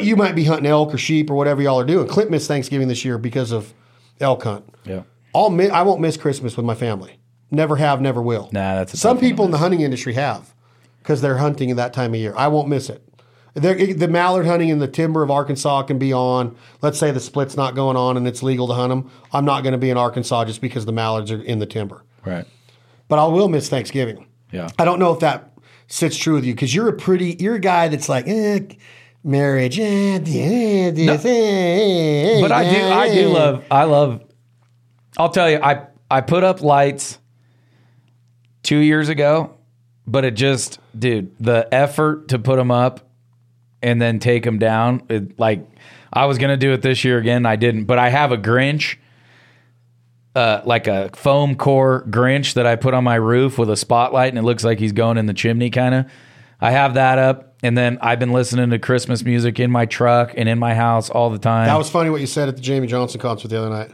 Speaker 1: you might be hunting elk or sheep or whatever y'all are doing. Clint missed Thanksgiving this year because of elk hunt.
Speaker 2: Yeah.
Speaker 1: I'll mi- I won't miss Christmas with my family. Never have, never will.
Speaker 2: Nah, that's a tough
Speaker 1: some
Speaker 2: one to
Speaker 1: people in the hunting industry have because they're hunting at that time of year. I won't miss it. There, it- the mallard hunting in the timber of Arkansas can be on. Let's say the split's not going on and it's legal to hunt them. I'm not going to be in Arkansas just because the mallards are in the timber.
Speaker 2: Right.
Speaker 1: But I will miss Thanksgiving.
Speaker 2: Yeah.
Speaker 1: I don't know if that sits true with you because you're a pretty you're a guy that's like eh, marriage. Eh, eh, this, eh, eh,
Speaker 2: But I do I
Speaker 1: eh.
Speaker 2: do love I love I'll tell you I I put up lights 2 years ago, but it just dude, the effort to put them up and then take them down, it, like I was going to do it this year again, I didn't, but I have a Grinch uh, like a foam core Grinch that I put on my roof with a spotlight, and it looks like he's going in the chimney, kind of. I have that up, and then I've been listening to Christmas music in my truck and in my house all the time.
Speaker 1: That was funny what you said at the Jamie Johnson concert the other night.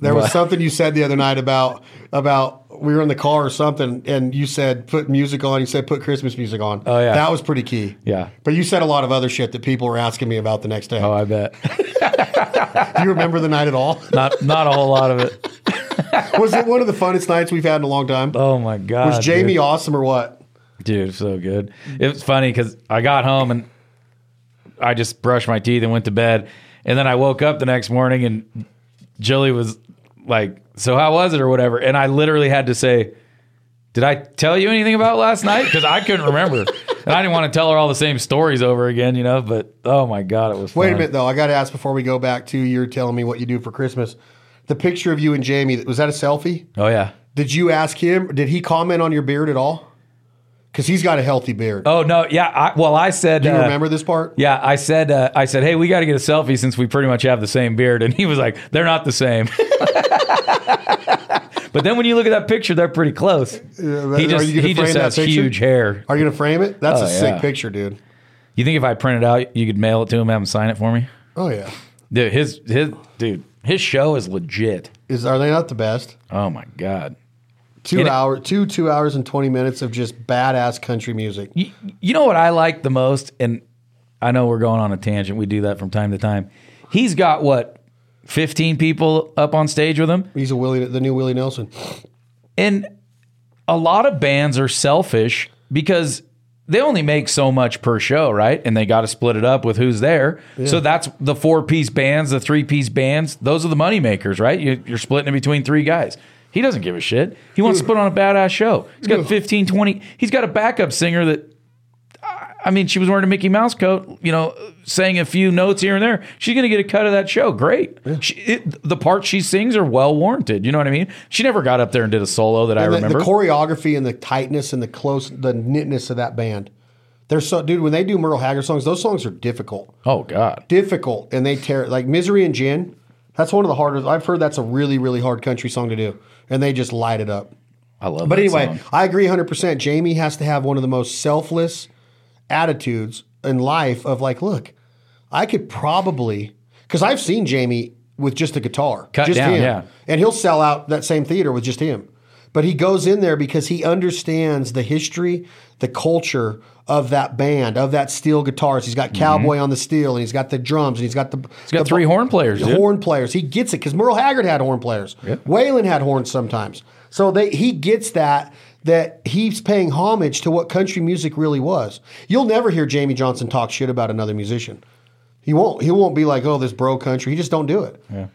Speaker 1: There was something you said the other night about about we were in the car or something, and you said put music on. You said put Christmas music on.
Speaker 2: Oh, yeah.
Speaker 1: that was pretty key.
Speaker 2: Yeah.
Speaker 1: but you said a lot of other shit that people were asking me about the next day.
Speaker 2: oh, I bet
Speaker 1: Do you remember the night at all?
Speaker 2: not not a whole lot of it.
Speaker 1: was it one of the funnest nights we've had in a long time?
Speaker 2: Oh my god,
Speaker 1: was Jamie awesome or what?
Speaker 2: dude, dude so good. It was funny because I got home and I just brushed my teeth and went to bed, and then I woke up the next morning and Jilly was like, "So how was it?" or whatever, and I literally had to say. Did I tell you anything about last night? Because I couldn't remember, and I didn't want to tell her all the same stories over again, you know. But oh my god, it was.
Speaker 1: Wait a
Speaker 2: fun.
Speaker 1: minute though, I got to ask before we go back to you're telling me what you do for Christmas. The picture of you and Jamie was that a selfie?
Speaker 2: Oh yeah.
Speaker 1: Did you ask him? Did he comment on your beard at all? Because he's got a healthy beard.
Speaker 2: Oh no, yeah. I, well, I said.
Speaker 1: Do you
Speaker 2: uh,
Speaker 1: remember this part?
Speaker 2: Yeah, I said. Uh, I said, hey, we got to get a selfie since we pretty much have the same beard, and he was like, they're not the same. but then when you look at that picture, they're pretty close.
Speaker 1: that-
Speaker 2: he
Speaker 1: are
Speaker 2: just
Speaker 1: you gonna
Speaker 2: he just
Speaker 1: frame that
Speaker 2: has
Speaker 1: picture?
Speaker 2: huge hair.
Speaker 1: Are you gonna frame it? That's
Speaker 2: Oh,
Speaker 1: a sick
Speaker 2: yeah.
Speaker 1: picture, dude.
Speaker 2: You think if I print it out, you could mail it to him, have him sign it for me?
Speaker 1: Oh yeah.
Speaker 2: Dude, his his dude, his show is legit.
Speaker 1: Is are they not the best?
Speaker 2: Oh my god.
Speaker 1: Two
Speaker 2: And it-
Speaker 1: hour two two hours and twenty minutes of just badass country music.
Speaker 2: You, you know what I like the most, and I know we're going on a tangent. We do that from time to time. He's got what, fifteen people up on stage with him,
Speaker 1: He's a Willie the new Willie Nelson.
Speaker 2: and a lot of bands are selfish because they only make so much per show, right? And they got to split it up with who's there. So that's the four piece bands, the three piece bands. Those are the money makers, right? You, you're splitting it between three guys. He doesn't give a shit. He wants to put on a badass show. He's got 15, 20. He's got a backup singer that I mean, she was wearing a Mickey Mouse coat, you know, saying a few notes here and there. She's going to get a cut of that show. Great. She, it, the parts she sings are well warranted. You know what I mean? She never got up there and did a solo that I
Speaker 1: And the,
Speaker 2: remember.
Speaker 1: the choreography and the tightness and the close the knitness of that band. They're so dude, when they do Merle Haggard songs, those songs are difficult.
Speaker 2: oh, God.
Speaker 1: Difficult. And they tear like Misery and Gin, that's one of the hardest I've heard that's a really, really hard country song to do. And they just light it up.
Speaker 2: I love
Speaker 1: But
Speaker 2: that
Speaker 1: anyway,
Speaker 2: song.
Speaker 1: I agree 100%. Jamie has to have one of the most selfless attitudes in life of like, look, I could probably cuz I've seen Jamie with just a guitar,
Speaker 2: Cut
Speaker 1: just
Speaker 2: down,
Speaker 1: him.
Speaker 2: yeah.
Speaker 1: And he'll sell out that same theater with just him. But he goes in there because he understands the history, the culture of that band, of that steel guitars. He's got cowboy on the steel, and he's got the drums, and he's got the he's
Speaker 2: Mm-hmm. got three horn players, dude.
Speaker 1: horn players. He gets it because Merle Haggard had horn players. Waylon had horns sometimes. So they he gets that that he's paying homage to what country music really was. You'll never hear Jamie Johnson talk shit about another musician. He won't. He won't be like, oh, this bro country. He just don't do it. Yeah.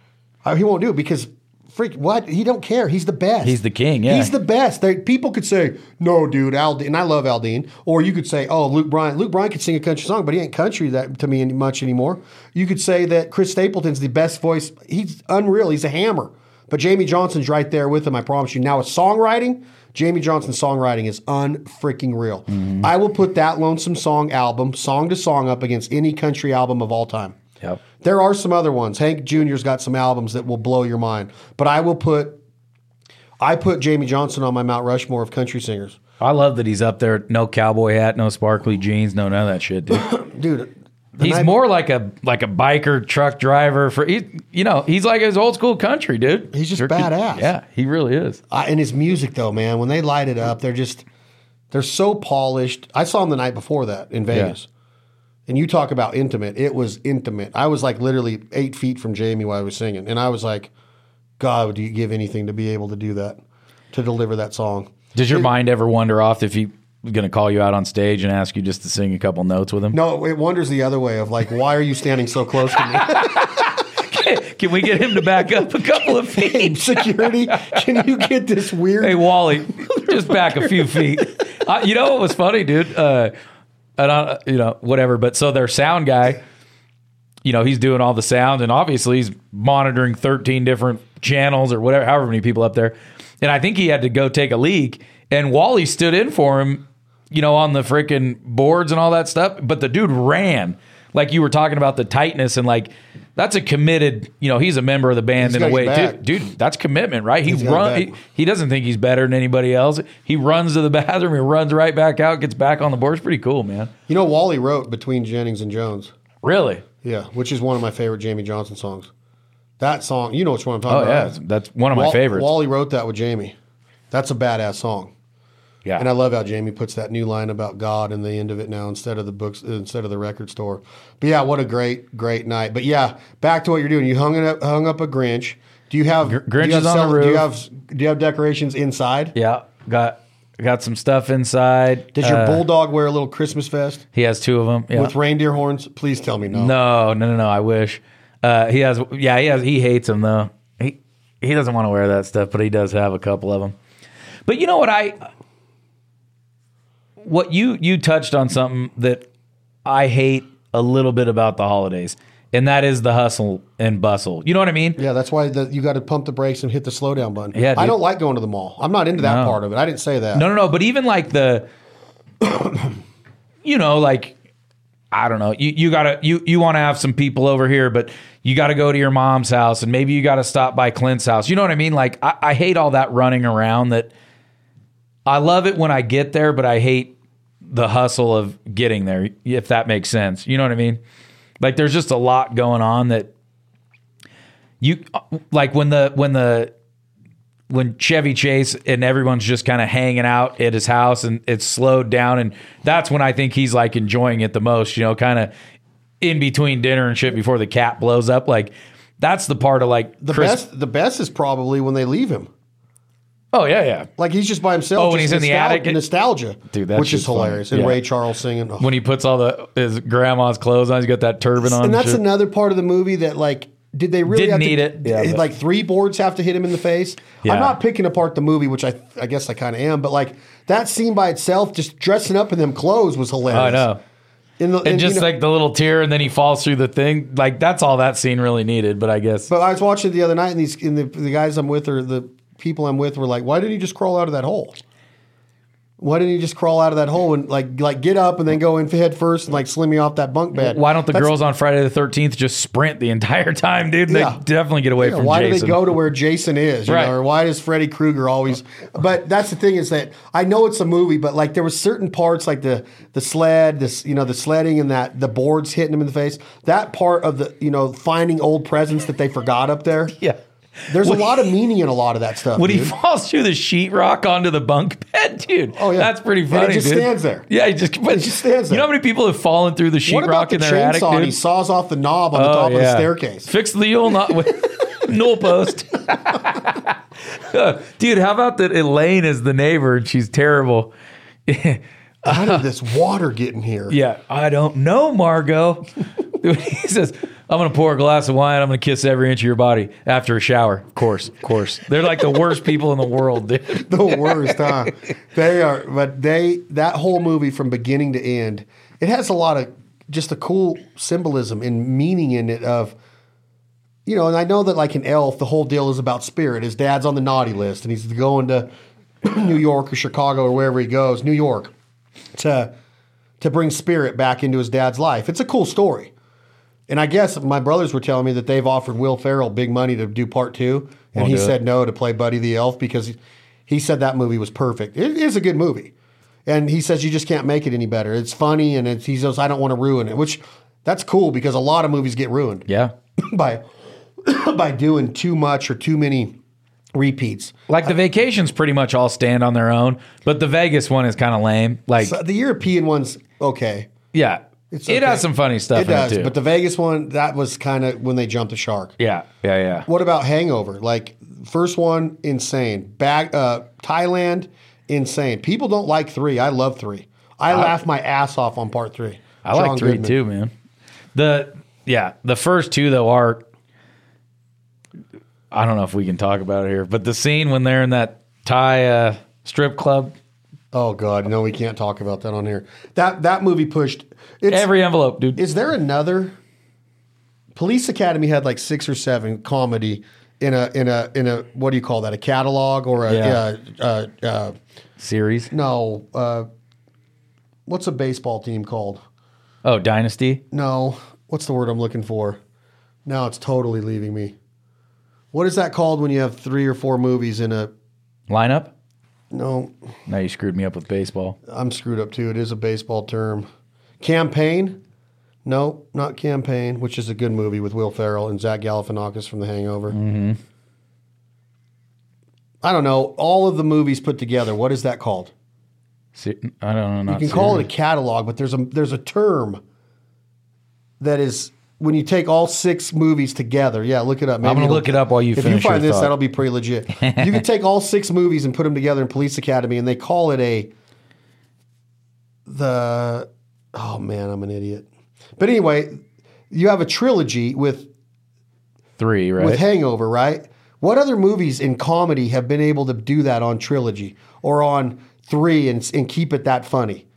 Speaker 1: Uh, he won't do it because freak what he don't care. He's the best.
Speaker 2: He's the king, yeah.
Speaker 1: He's the best. They, people could say, no, dude, Al Dean. And I love Al Dean. Or you could say, oh, Luke Bryan. Luke Bryan could sing a country song, but he ain't country that to me any, much anymore. You could say that Chris Stapleton's the best voice. He's unreal. He's a hammer. But Jamie Johnson's right there with him. I promise you. Now with songwriting. Jamie Johnson's songwriting is unfreaking real.
Speaker 2: Mm-hmm.
Speaker 1: I will put that Lonesome Song album, song to song, up against any country album of all time.
Speaker 2: Yep.
Speaker 1: There are some other ones. Hank Jr.'s got some albums that will blow your mind. But I will put I put Jamie Johnson on my Mount Rushmore of country singers.
Speaker 2: I love that he's up there. No cowboy hat, no sparkly jeans, no none of that shit, dude.
Speaker 1: Dude, the
Speaker 2: He's
Speaker 1: night-
Speaker 2: more like a like a biker truck driver for he, you know he's like his old school country dude.
Speaker 1: He's just
Speaker 2: Jerky-
Speaker 1: badass.
Speaker 2: Yeah, he really is.
Speaker 1: I, and his music though, man, when they light it up, they're just they're so polished. I saw him the night before that in Vegas. And you talk about intimate. It was intimate. I was like literally eight feet from Jamie while I was singing. And I was like, God, would you give anything to be able to do that, to deliver that song?
Speaker 2: Does your mind ever wander off if he was going to call you out on stage and ask you just to sing a couple notes with him?
Speaker 1: No, it wanders the other way of like, why are you standing so close to me?
Speaker 2: Can we get him to back up a couple of feet?
Speaker 1: security. Can you get this weird?
Speaker 2: Hey Wally, just back a few feet. Uh, you know what was funny, dude? Uh, and I, you know whatever. But so their sound guy, you know, he's doing all the sound, and obviously he's monitoring thirteen different channels or whatever, however many people up there. And I think he had to go take a leak, and Wally stood in for him, you know, on the freaking boards and all that stuff. But the dude ran. Like you were talking about the tightness and like that's a committed, you know, he's a member of the band
Speaker 1: He's
Speaker 2: in
Speaker 1: got
Speaker 2: a
Speaker 1: your
Speaker 2: way.
Speaker 1: back.
Speaker 2: Dude, dude, that's commitment, right? He
Speaker 1: got your
Speaker 2: run.
Speaker 1: back.
Speaker 2: He, he doesn't think he's better than anybody else. He runs to the bathroom. He runs right back out. Gets back on the board. It's pretty cool, man.
Speaker 1: You know, Wally wrote between Jennings and Jones.
Speaker 2: Really?
Speaker 1: Yeah, which is one of my favorite Jamie Johnson songs. That song, you know which one I'm talking
Speaker 2: Oh
Speaker 1: about.
Speaker 2: yeah,
Speaker 1: right?
Speaker 2: that's- that's one of my
Speaker 1: Wal-
Speaker 2: favorites.
Speaker 1: Wally wrote that with Jamie. That's a badass song,
Speaker 2: yeah,
Speaker 1: and I love how Jamie puts that new line about God in the end of it now instead of the books instead of the record store. But yeah, what a great great night. But yeah, back to what you're doing. You hung it up, hung up a Grinch. Do you have do
Speaker 2: Grinch
Speaker 1: you have
Speaker 2: is on the
Speaker 1: Do you
Speaker 2: roof.
Speaker 1: have do you have decorations inside?
Speaker 2: yeah. Got got some stuff inside.
Speaker 1: Does your
Speaker 2: Uh,
Speaker 1: bulldog wear a little Christmas vest
Speaker 2: he has two of them. Yeah.
Speaker 1: with reindeer horns? Please tell me no.
Speaker 2: no, no, no, no. I wish. Uh, he has. Yeah, he has. He hates them though. He he doesn't want to wear that stuff, but he does have a couple of them. But you know what I what you you touched on something that I hate a little bit about the holidays, and that is the hustle and bustle. You know what I mean?
Speaker 1: Yeah, that's why the, you got to pump the brakes and hit the slowdown button.
Speaker 2: Yeah,
Speaker 1: I
Speaker 2: dude.
Speaker 1: don't like going to the mall. I'm not into that
Speaker 2: No.
Speaker 1: part of it. I didn't say that.
Speaker 2: No, no, no. But even like the, you know, like I don't know. You you gotta you you want to have some people over here, but you got to go to your mom's house, and maybe you got to stop by Clint's house. You know what I mean? Like I, I hate all that running around. That I love it when I get there, but I hate the hustle of getting there. If that makes sense, you know what I mean? Like there's just a lot going on that you like when the when the when Chevy Chase and everyone's just kind of hanging out at his house and it's slowed down and that's when I think he's like enjoying it the most, you know, kind of in between dinner and shit before the cat blows up. Like that's the part of like
Speaker 1: the best the best is probably when they leave him.
Speaker 2: Oh yeah, yeah.
Speaker 1: Like he's just by himself.
Speaker 2: Oh, when
Speaker 1: just
Speaker 2: he's in the attic?
Speaker 1: Nostalgia,
Speaker 2: Dude, that
Speaker 1: which is
Speaker 2: shit's funny.
Speaker 1: hilarious. And
Speaker 2: Yeah.
Speaker 1: Ray Charles singing. Oh.
Speaker 2: When he puts all the his grandma's clothes on, he's got that turban on.
Speaker 1: and
Speaker 2: And
Speaker 1: that's
Speaker 2: shit.
Speaker 1: another part of the movie that like. Did they really
Speaker 2: Didn't
Speaker 1: have
Speaker 2: need
Speaker 1: to,
Speaker 2: it. Yeah,
Speaker 1: did-
Speaker 2: but-
Speaker 1: like three boards have to hit him in the face.
Speaker 2: Yeah.
Speaker 1: I'm not picking apart the movie, which I I guess I kind of am, but like that scene by itself, just dressing up in them clothes was hilarious.
Speaker 2: I know.
Speaker 1: In the,
Speaker 2: And
Speaker 1: you
Speaker 2: just
Speaker 1: know-
Speaker 2: like the little tear and then he falls through the thing. Like that's all that scene really needed, but I guess
Speaker 1: But I was watching it the other night, and these and the, the guys I'm with or the people I'm with were like, "Why didn't you just crawl out of that hole? Why didn't you just crawl out of that hole and like like get up and then go in head first and like slim me off that bunk bed?
Speaker 2: why don't the
Speaker 1: That's-
Speaker 2: girls on Friday the thirteenth just sprint the entire time, dude? They
Speaker 1: Yeah.
Speaker 2: definitely get away
Speaker 1: Yeah,
Speaker 2: from
Speaker 1: why do
Speaker 2: Jason.
Speaker 1: they go to where Jason is? you
Speaker 2: Right.
Speaker 1: know, or why does Freddy Krueger always? But that's the thing is that I know it's a movie, but like there were certain parts like the the sled, this you know the sledding and that the boards hitting him in the face. That part of the you know finding old presents that they forgot up there.
Speaker 2: Yeah.
Speaker 1: There's a lot of meaning in a lot of that stuff.
Speaker 2: When he
Speaker 1: dude.
Speaker 2: falls through the sheetrock onto the bunk bed, dude.
Speaker 1: Oh, yeah.
Speaker 2: that's pretty
Speaker 1: And
Speaker 2: funny.
Speaker 1: it just
Speaker 2: dude.
Speaker 1: stands there.
Speaker 2: Yeah, he just, but
Speaker 1: just stands
Speaker 2: You know
Speaker 1: there.
Speaker 2: how many people have fallen through the
Speaker 1: what about
Speaker 2: sheetrock
Speaker 1: the
Speaker 2: in their attic,
Speaker 1: chainsaw? And he
Speaker 2: dude? Oh,
Speaker 1: saws off the knob on the top of the staircase.
Speaker 2: Fix the old not null post. dude, how about that? Elaine is the neighbor, and she's terrible.
Speaker 1: How did this water get in here?
Speaker 2: Yeah, I don't know, Margot. Dude, he says, I'm going to pour a glass of wine. I'm going to kiss every inch of your body after a shower. Of course, of course. They're like the worst people in the world, dude.
Speaker 1: the worst, huh? They are, but they that whole movie from beginning to end, it has a lot of just a cool symbolism and meaning in it of, you know, and I know that like an elf, the whole deal is about spirit. His dad's on the naughty list, and he's going to New York or Chicago or wherever he goes, New York, to to bring spirit back into his dad's life. It's a cool story. And I guess my brothers were telling me that they've offered Will Ferrell big money to do part two, and
Speaker 2: Won't
Speaker 1: he
Speaker 2: do it.
Speaker 1: said no to play Buddy the Elf because he, he said that movie was perfect. It is a good movie, and he says you just can't make it any better. It's funny, and it's, he says I don't want to ruin it, which that's cool because a lot of movies get ruined
Speaker 2: Yeah.
Speaker 1: by by doing too much or too many repeats.
Speaker 2: Like the vacations pretty much all stand on their own, but the Vegas one is kind of lame. Like,
Speaker 1: So the European ones, okay,
Speaker 2: yeah. It
Speaker 1: okay.
Speaker 2: has some funny stuff
Speaker 1: it does,
Speaker 2: in it, too.
Speaker 1: but the Vegas one that was kind of when they jumped the shark.
Speaker 2: yeah. Yeah. Yeah.
Speaker 1: What about Hangover? Like first one, insane. Bag uh, Thailand, insane. People don't like three. I love three. I, laugh my ass off on part three.
Speaker 2: I like three
Speaker 1: Goodman.
Speaker 2: too, man. The yeah, the first two though are I don't know if we can talk about it here, but the scene when they're in that Thai uh, strip club,
Speaker 1: Oh god, no, we can't talk about that on here. That that movie pushed. It's,
Speaker 2: every envelope, dude.
Speaker 1: is there another? Police Academy had like six or seven comedy in a in a in a what do you call that? A catalog or a
Speaker 2: Yeah.
Speaker 1: uh, uh, uh,
Speaker 2: series.
Speaker 1: no. Uh, what's a baseball team called?
Speaker 2: Oh, Dynasty.
Speaker 1: No. What's the word I'm looking for? Now it's totally leaving me. What is that called when you have three or four movies in a?
Speaker 2: Lineup?
Speaker 1: No,
Speaker 2: Now you screwed me up with baseball.
Speaker 1: I'm screwed up too. It is a baseball term. Campaign? No, not campaign. Which is a good movie with Will Ferrell and Zach Galifianakis from The Hangover. Mm-hmm. I don't know. All of the movies put together. What is that called?
Speaker 2: Se- I don't know. Not
Speaker 1: You can call it a catalog, but there's a there's a term that is when you take all six movies together. Yeah, look it up. Maybe
Speaker 2: gonna
Speaker 1: it'll-
Speaker 2: look it up while you
Speaker 1: If
Speaker 2: finish
Speaker 1: you
Speaker 2: your
Speaker 1: find this,
Speaker 2: thought.
Speaker 1: that'll be pretty legit. you can take all six movies and put them together in Police Academy, and they call it a the oh man, I'm an idiot. But anyway, you have a trilogy with
Speaker 2: three, right?
Speaker 1: with Hangover, right? What other movies in comedy have been able to do that on trilogy or on three and, and keep it that funny?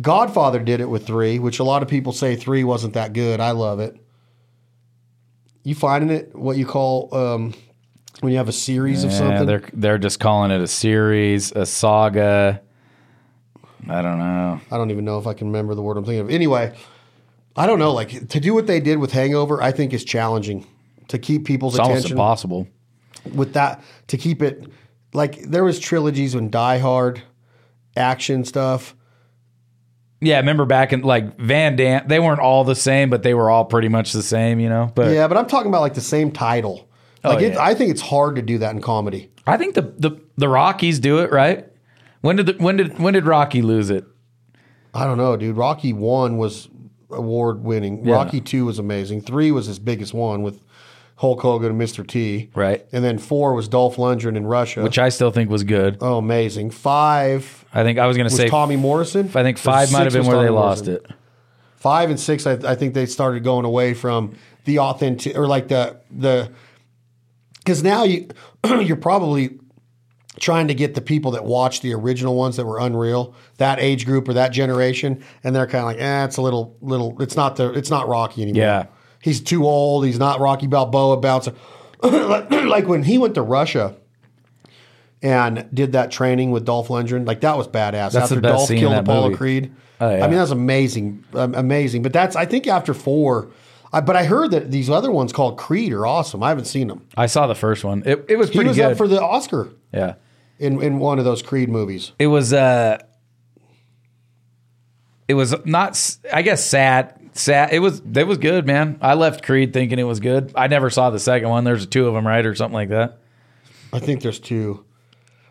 Speaker 1: Godfather did it with three, which a lot of people say three wasn't that good. I love it. You finding it what you call um, when you have a series of
Speaker 2: yeah,
Speaker 1: something?
Speaker 2: they're they're just calling it a series, a saga. I don't know.
Speaker 1: I don't even know if I can remember the word I'm thinking of. Anyway, I don't know. Like to do what they did with Hangover, I think is challenging to keep people's
Speaker 2: It's almost
Speaker 1: attention.
Speaker 2: impossible.
Speaker 1: with that to keep it like there was trilogies when Die Hard, action stuff.
Speaker 2: Yeah, remember back in like Van Dam, they weren't all the same, but they were all pretty much the same, you know. But
Speaker 1: Yeah, but I'm talking about like the same title. Like it,
Speaker 2: Oh, yeah.
Speaker 1: I think it's hard to do that in comedy.
Speaker 2: I think the, the the Rockies do it right. When did the, when did when did Rocky lose it?
Speaker 1: I don't know, dude. Rocky one was award winning. Rocky two was amazing. Three was his biggest one with Hulk Hogan and Mr. T.
Speaker 2: Right.
Speaker 1: And then four was Dolph Lundgren in Russia.
Speaker 2: Which I still think was good.
Speaker 1: oh, amazing. Five
Speaker 2: I think I was going to
Speaker 1: was
Speaker 2: say
Speaker 1: Tommy Morrison.
Speaker 2: I think
Speaker 1: Or
Speaker 2: five
Speaker 1: six
Speaker 2: might have been
Speaker 1: was
Speaker 2: where they
Speaker 1: Tommy
Speaker 2: lost
Speaker 1: Morrison.
Speaker 2: it.
Speaker 1: five and six, I, I think they started going away from the authentic or like the the because now you you're probably trying to get the people that watched the original ones that were unreal that age group or that generation, and they're kind of like, eh, it's a little little, it's not the it's not Rocky anymore.
Speaker 2: Yeah.
Speaker 1: he's too old. He's not Rocky Balboa bouncer. like, like when he went to Russia. And did that training with Dolph Lundgren, like that was badass.
Speaker 2: That's the
Speaker 1: After
Speaker 2: best
Speaker 1: Dolph
Speaker 2: scene in
Speaker 1: killed
Speaker 2: that
Speaker 1: Apollo
Speaker 2: movie.
Speaker 1: Creed,
Speaker 2: Oh, yeah.
Speaker 1: I mean that's amazing, um, amazing. But that's I think after four. I, but I heard that these other ones called Creed are awesome. I haven't seen them.
Speaker 2: I saw the first one. It it was
Speaker 1: He
Speaker 2: pretty
Speaker 1: was
Speaker 2: good.
Speaker 1: up for the Oscar
Speaker 2: yeah,
Speaker 1: in, in one of those Creed movies.
Speaker 2: it was. uh It was not. s- I guess sad. sad. It was it was good, man. I left Creed thinking it was good. I never saw the second one. There's two of them, right, or something like that.
Speaker 1: I think there's two.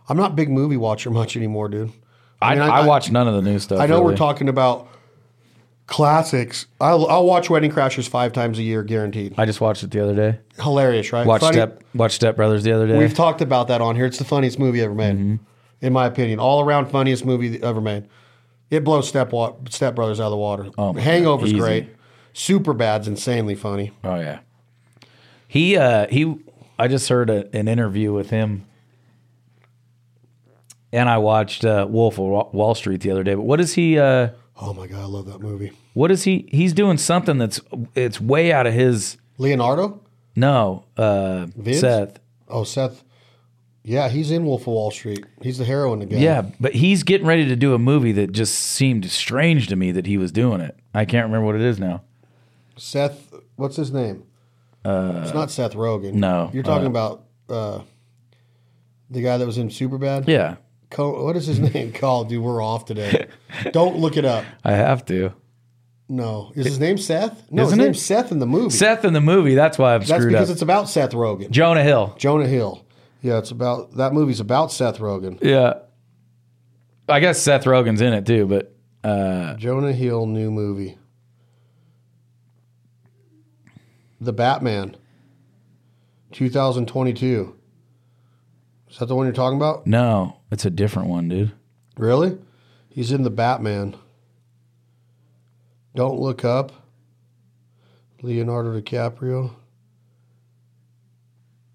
Speaker 1: I'm not a big movie watcher much anymore, dude.
Speaker 2: I
Speaker 1: mean,
Speaker 2: I, watch none of the new stuff.
Speaker 1: I know we're
Speaker 2: really.
Speaker 1: talking about classics. I'll, I'll watch Wedding Crashers five times a year, guaranteed.
Speaker 2: I just watched it the other day.
Speaker 1: Hilarious, right?
Speaker 2: Watched
Speaker 1: Funny-
Speaker 2: Step Watched Step Brothers the other day.
Speaker 1: We've talked about that on here. It's the funniest movie ever made,
Speaker 2: Mm-hmm.
Speaker 1: in my opinion. All around funniest movie ever made. It blows Step wa- Step Brothers out of the water.
Speaker 2: Oh my
Speaker 1: Hangover's
Speaker 2: God, easy.
Speaker 1: great. Super Bad's insanely funny.
Speaker 2: Oh yeah. He uh he I just heard a, an interview with him and I watched uh, Wolf of Wa- Wall Street the other day. But what is he uh
Speaker 1: Oh my god, I love that movie.
Speaker 2: what is he he's doing something that's it's way out of his
Speaker 1: Leonardo?
Speaker 2: no, uh
Speaker 1: Vince?
Speaker 2: Seth.
Speaker 1: Oh, Seth. Yeah, he's in Wolf of Wall Street. He's the hero in the game.
Speaker 2: Yeah, but he's getting ready to do a movie that just seemed strange to me that he was doing it. I can't remember what it is now.
Speaker 1: Seth, what's his name? it's not Seth Rogen.
Speaker 2: Uh, no,
Speaker 1: You're talking about uh, the guy that was in Superbad?
Speaker 2: Yeah,
Speaker 1: Co- what is his name called? Dude, we're off today. Don't look it up.
Speaker 2: I have to.
Speaker 1: No. Is his name Seth? No,
Speaker 2: Isn't
Speaker 1: his
Speaker 2: it?
Speaker 1: name's Seth in the movie.
Speaker 2: Seth in the movie, that's why I'm
Speaker 1: That's
Speaker 2: screwed
Speaker 1: because
Speaker 2: up.
Speaker 1: it's about Seth Rogen.
Speaker 2: Jonah Hill.
Speaker 1: Jonah Hill. Yeah, it's about that movie's about Seth Rogen.
Speaker 2: Yeah. I guess Seth Rogen's in it too, but uh,
Speaker 1: Jonah Hill new movie. The Batman. 2022. Is that the one you're talking about?
Speaker 2: no, it's a different one, dude.
Speaker 1: Really? He's in The Batman. Don't look up. Leonardo DiCaprio.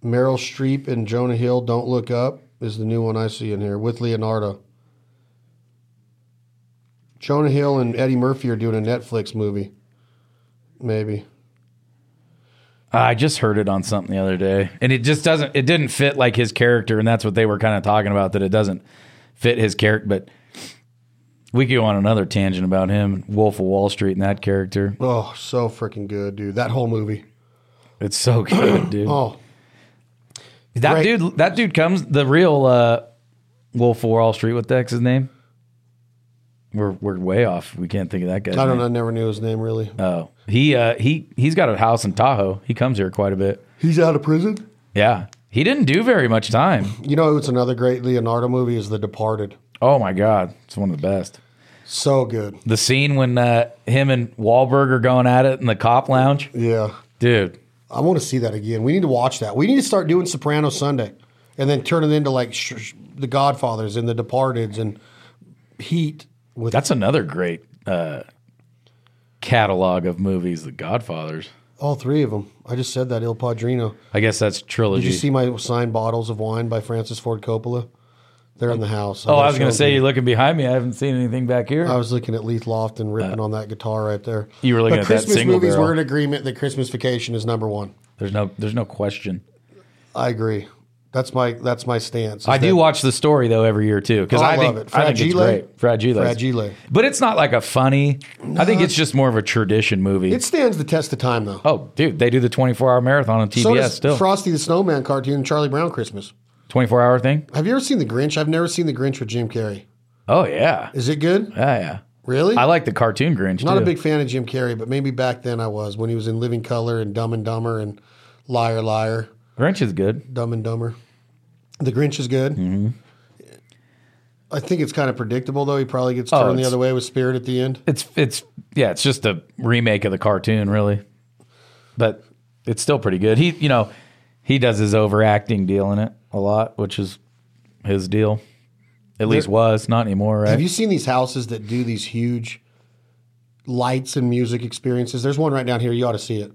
Speaker 1: Meryl Streep and Jonah Hill, Don't Look Up, is the new one I see in here with Leonardo. Jonah Hill and Eddie Murphy are doing a Netflix movie. Maybe.
Speaker 2: I just heard it on something the other day, and it just doesn't. It didn't fit like his character, and that's what they were kind of talking about that it doesn't fit his character. But we could go on another tangent about him, Wolf of Wall Street, and that character.
Speaker 1: Oh, so freaking good, dude. That whole movie.
Speaker 2: It's so good, dude.
Speaker 1: Oh,
Speaker 2: that
Speaker 1: great.
Speaker 2: dude, that dude comes the real uh, Wolf of Wall Street. What the heck's his name? We're we're way off. We can't think of that guy.
Speaker 1: I don't know. I never knew his name, really.
Speaker 2: Oh, he uh, he he's got a house in Tahoe. He comes here quite a bit.
Speaker 1: He's out of prison?
Speaker 2: Yeah, he didn't do very much time.
Speaker 1: You know, it's another great Leonardo movie is The Departed.
Speaker 2: Oh my god, it's one of the best.
Speaker 1: So good.
Speaker 2: The scene when uh, him and Wahlberg are going at it in the cop lounge,
Speaker 1: Yeah.
Speaker 2: dude.
Speaker 1: I want to see that again. We need to watch that. We need to start doing Soprano Sunday and then turn it into like sh- sh- The Godfathers and The Departeds and Heat with
Speaker 2: That's another great uh, catalog of movies. The Godfathers.
Speaker 1: all three of them. I just said that Il Padrino.
Speaker 2: I guess that's trilogy.
Speaker 1: Did you see my signed bottles of wine by Francis Ford Coppola? They're in the house.
Speaker 2: oh, I was gonna say you're looking behind me. I haven't seen anything back here.
Speaker 1: I was looking at Leith Lofton ripping on that guitar right there.
Speaker 2: Uh, You were looking
Speaker 1: but
Speaker 2: at that
Speaker 1: Christmas
Speaker 2: single
Speaker 1: movies.
Speaker 2: barrel.
Speaker 1: We're in agreement that Christmas Vacation is number one.
Speaker 2: there's no there's no question.
Speaker 1: I agree. That's my that's my stance. is
Speaker 2: I do
Speaker 1: that
Speaker 2: watch the story though every year too because
Speaker 1: Oh, I
Speaker 2: I, think
Speaker 1: love it.
Speaker 2: I think it's
Speaker 1: Fragile?
Speaker 2: great. Fragile.
Speaker 1: Fragile.
Speaker 2: But it's not like a funny. I think it's just more of a tradition movie.
Speaker 1: It stands the test of time though.
Speaker 2: oh, dude, they do the 24 hour marathon on TBS
Speaker 1: so does
Speaker 2: E still.
Speaker 1: Frosty the Snowman cartoon and Charlie Brown Christmas.
Speaker 2: 24 hour thing.
Speaker 1: Have you ever seen The Grinch? I've never seen The Grinch with Jim Carrey.
Speaker 2: Oh yeah,
Speaker 1: Is it good?
Speaker 2: yeah, yeah.
Speaker 1: Really?
Speaker 2: I
Speaker 1: I'm
Speaker 2: like the cartoon Grinch.
Speaker 1: not
Speaker 2: too.
Speaker 1: a big fan of Jim Carrey, but maybe back then I was when he was in Living Color and Dumb and Dumber and Liar Liar,
Speaker 2: Grinch is good.
Speaker 1: Dumb and Dumber. The Grinch is good.
Speaker 2: Mm-hmm.
Speaker 1: I think it's kind of predictable though. He probably gets turned the
Speaker 2: Oh, it's-
Speaker 1: other way with Spirit at the end.
Speaker 2: It's it's yeah, it's just a remake of the cartoon really, but it's still pretty good. He you know he does his overacting deal in it a lot, which is his deal. At least was not anymore,
Speaker 1: Have
Speaker 2: right?
Speaker 1: you seen these houses that do these huge lights and music experiences? There's one right down here. You ought to see it.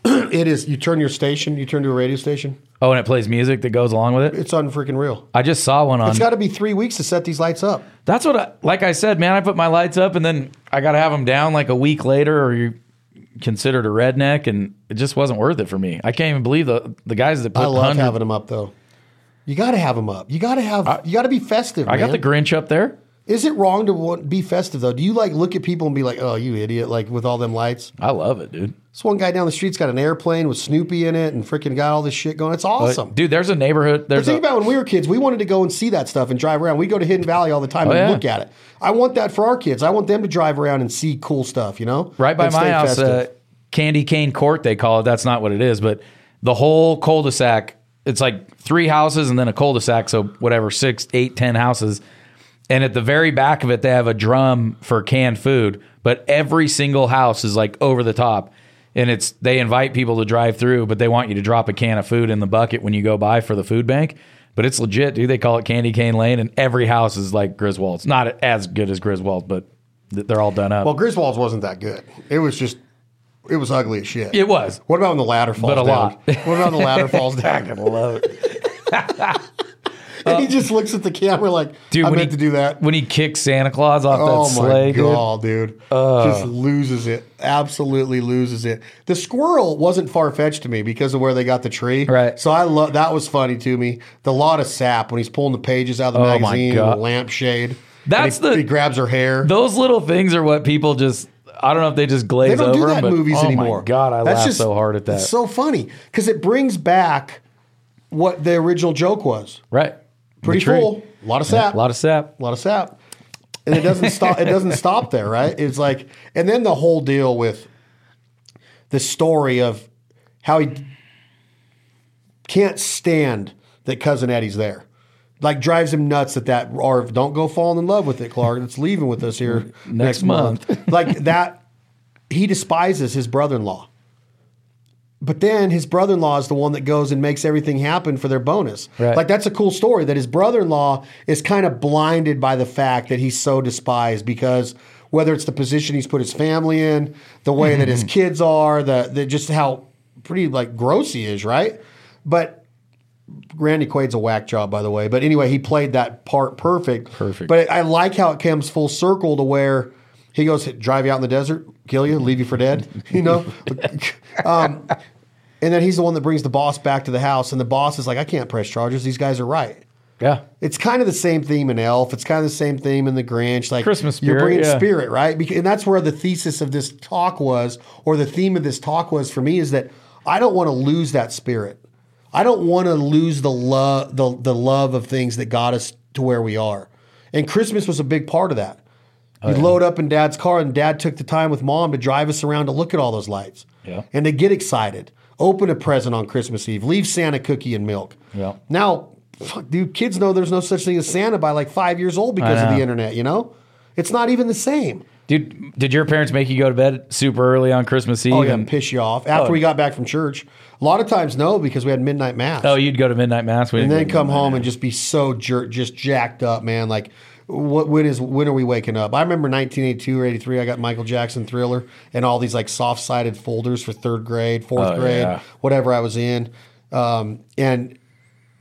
Speaker 1: it is. You turn your station. You turn to a radio station.
Speaker 2: oh, and it plays music that goes along with it.
Speaker 1: It's unfreaking real.
Speaker 2: I just saw one on.
Speaker 1: It's got to be three weeks to set these lights up.
Speaker 2: that's what I like. I said, man, I put my lights up, and then I got to have them down like a week later, or you considered a redneck, and it just wasn't worth it for me. I can't even believe the the guys that put
Speaker 1: I love
Speaker 2: 100
Speaker 1: having them up though. You got to have them up. You got to have. you got to be festive.
Speaker 2: I got the Grinch up there.
Speaker 1: Is it wrong to want, be festive though? Do you like look at people and be like, "Oh, you idiot!" Like with all them lights.
Speaker 2: I love it, dude.
Speaker 1: This one guy down the street's got an airplane with Snoopy in it and freaking got all this shit going. It's
Speaker 2: But,
Speaker 1: awesome.
Speaker 2: dude. There's a neighborhood.
Speaker 1: But
Speaker 2: There's
Speaker 1: think
Speaker 2: a,
Speaker 1: about when we were kids, we wanted to go and see that stuff and drive around. We go to Hidden Valley all the time and
Speaker 2: Oh, yeah.
Speaker 1: look at it. I want that for our kids. I want them to drive around and see cool stuff, you know?
Speaker 2: right by
Speaker 1: And stay
Speaker 2: my house,
Speaker 1: festive.
Speaker 2: uh, Candy Cane Court. They call it. That's not what it is, but the whole cul-de-sac. It's like three houses and then a cul-de-sac. So whatever, six, eight, ten houses. And at the very back of it, they have a drum for canned food. But every single house is like over the top, and it's they invite people to drive through, but they want you to drop a can of food in the bucket when you go by for the food bank. But it's legit, dude. They call it Candy Cane Lane, and every house is like Griswold's. Not as good as Griswold's, but th- they're all done up.
Speaker 1: well, Griswold's wasn't that good. It was just, it was ugly as shit.
Speaker 2: it was.
Speaker 1: What about when the ladder falls
Speaker 2: a
Speaker 1: down?
Speaker 2: lot.
Speaker 1: What about when the ladder falls down? I love it. and he just looks at the camera like,
Speaker 2: Dude,
Speaker 1: I
Speaker 2: when
Speaker 1: meant
Speaker 2: he-
Speaker 1: to do that.
Speaker 2: when he kicks Santa Claus off
Speaker 1: Oh
Speaker 2: that
Speaker 1: my
Speaker 2: sleigh, dude.
Speaker 1: god, dude! Just loses it. Absolutely loses it. The squirrel wasn't far fetched to me because of where they got the tree.
Speaker 2: Right.
Speaker 1: So I love that was funny to me. The lot of sap when he's pulling the pages out of the
Speaker 2: Oh my
Speaker 1: magazine,
Speaker 2: God.
Speaker 1: and the lampshade.
Speaker 2: That's
Speaker 1: And he,
Speaker 2: the-
Speaker 1: he grabs her hair.
Speaker 2: Those little things are what people just. I don't know if they just glaze
Speaker 1: they don't do
Speaker 2: over
Speaker 1: that
Speaker 2: them, but
Speaker 1: in movies
Speaker 2: oh
Speaker 1: anymore.
Speaker 2: my god, I
Speaker 1: That's
Speaker 2: laugh
Speaker 1: just-
Speaker 2: so hard at that.
Speaker 1: It's so funny because it brings back what the original joke was.
Speaker 2: right,
Speaker 1: Pretty
Speaker 2: The tree.
Speaker 1: cool. A lot of sap.
Speaker 2: A lot of sap.
Speaker 1: a lot of sap. And it doesn't stop. It doesn't stop there, right? It's like, and then the whole deal with the story of how he can't stand that cousin Eddie's there, like drives him nuts at that. Or don't go falling in love with it, Clark. It's leaving with us here next,
Speaker 2: month.
Speaker 1: like that, he despises his brother-in-law. But then his brother in law is the one that goes and makes everything happen for their bonus.
Speaker 2: Right.
Speaker 1: Like, that's a cool story that his brother in law is kind of blinded by the fact that he's so despised because whether it's the position he's put his family in, the way that his kids are, the, the just how pretty like gross he is, right? But Randy Quaid's a whack job, by the way. But anyway, he played that part perfect.
Speaker 2: Perfect.
Speaker 1: But I like how it comes full circle to where he goes, drive you out in the desert, kill you, leave you for dead, you know? um, and then he's the one that brings the boss back to the house. And the boss is like, I can't press charges. These guys are right.
Speaker 2: Yeah,
Speaker 1: It's kind of the same theme in Elf. It's kind of the same theme in The Grinch. Like
Speaker 2: Christmas
Speaker 1: you're
Speaker 2: spirit,
Speaker 1: bringing
Speaker 2: yeah.
Speaker 1: spirit, right? Because, and that's where the thesis of this talk was, or the theme of this talk was for me, is that I don't want to lose that spirit. I don't want to lose the love, the the love of things that got us to where we are. And Christmas was a big part of that.
Speaker 2: Oh,
Speaker 1: You load up in Dad's car, and Dad took the time with Mom to drive us around to look at all those lights.
Speaker 2: Yeah.
Speaker 1: And to get excited, open a present on Christmas Eve, leave Santa cookie and milk.
Speaker 2: Yeah.
Speaker 1: Now, fuck, dude, kids know there's no such thing as Santa by like five years old because of
Speaker 2: know.
Speaker 1: the internet, you know? It's not even the same.
Speaker 2: dude. Did your parents make you go to bed super early on Christmas Eve?
Speaker 1: Oh, yeah, Oh.
Speaker 2: and-
Speaker 1: piss you off. After we got back from church, a lot of times no, because we had midnight mass.
Speaker 2: oh, you'd go to midnight mass. We
Speaker 1: and
Speaker 2: didn't
Speaker 1: then
Speaker 2: go to
Speaker 1: come
Speaker 2: midnight
Speaker 1: home and just be so jerk, just jacked up, man. Like, what when is when are we waking up? I remember 1982 or 83. I got Michael Jackson Thriller and all these like soft sided folders for third grade, fourth
Speaker 2: Oh,
Speaker 1: grade,
Speaker 2: yeah.
Speaker 1: whatever I was in. Um, and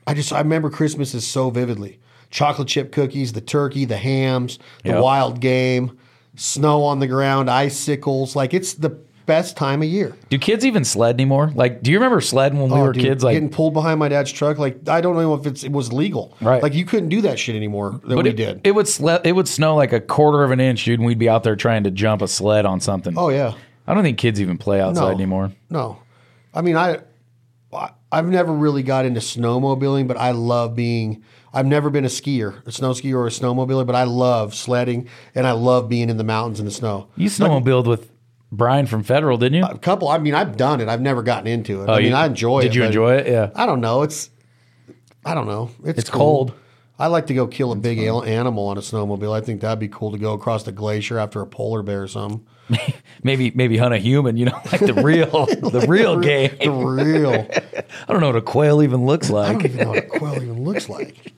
Speaker 1: I just I remember Christmases so vividly. Chocolate chip cookies, the turkey, the hams, the
Speaker 2: Yep.
Speaker 1: wild game, snow on the ground, icicles. Like it's the best time of year.
Speaker 2: Do kids even sled anymore? Like, do you remember sledding when we
Speaker 1: Oh,
Speaker 2: were
Speaker 1: dude,
Speaker 2: kids? Like,
Speaker 1: getting pulled behind my dad's truck. Like I don't know if it's it was legal.
Speaker 2: Right.
Speaker 1: Like you couldn't do that shit anymore that
Speaker 2: but
Speaker 1: we
Speaker 2: it,
Speaker 1: did.
Speaker 2: It would sled. It would snow like a quarter of an inch, dude, and we'd be out there trying to jump a sled on something.
Speaker 1: oh yeah.
Speaker 2: I don't think kids even play outside
Speaker 1: No.
Speaker 2: anymore.
Speaker 1: No. I mean I I- I've never really got into snowmobiling, but I love being I've never been a skier, a snow skier or a snowmobiler, but I love sledding and I love being in the mountains in the snow.
Speaker 2: You snowmobiled with Brian from Federal, didn't you?
Speaker 1: A couple I mean I've done it. I've never gotten into it. I mean
Speaker 2: Oh, you-
Speaker 1: I enjoy it.
Speaker 2: Did you
Speaker 1: but
Speaker 2: enjoy it? Yeah.
Speaker 1: I don't know. It's I don't know. It's,
Speaker 2: It's
Speaker 1: cool.
Speaker 2: cold.
Speaker 1: I like to go kill a big al- animal on a snowmobile. I think that'd be cool to go across the glacier after a polar bear or something.
Speaker 2: Maybe maybe hunt a human, you know, like the real the real game.
Speaker 1: The real.
Speaker 2: I don't know what a quail even looks
Speaker 1: I don't
Speaker 2: like.
Speaker 1: even know what a quail even looks like.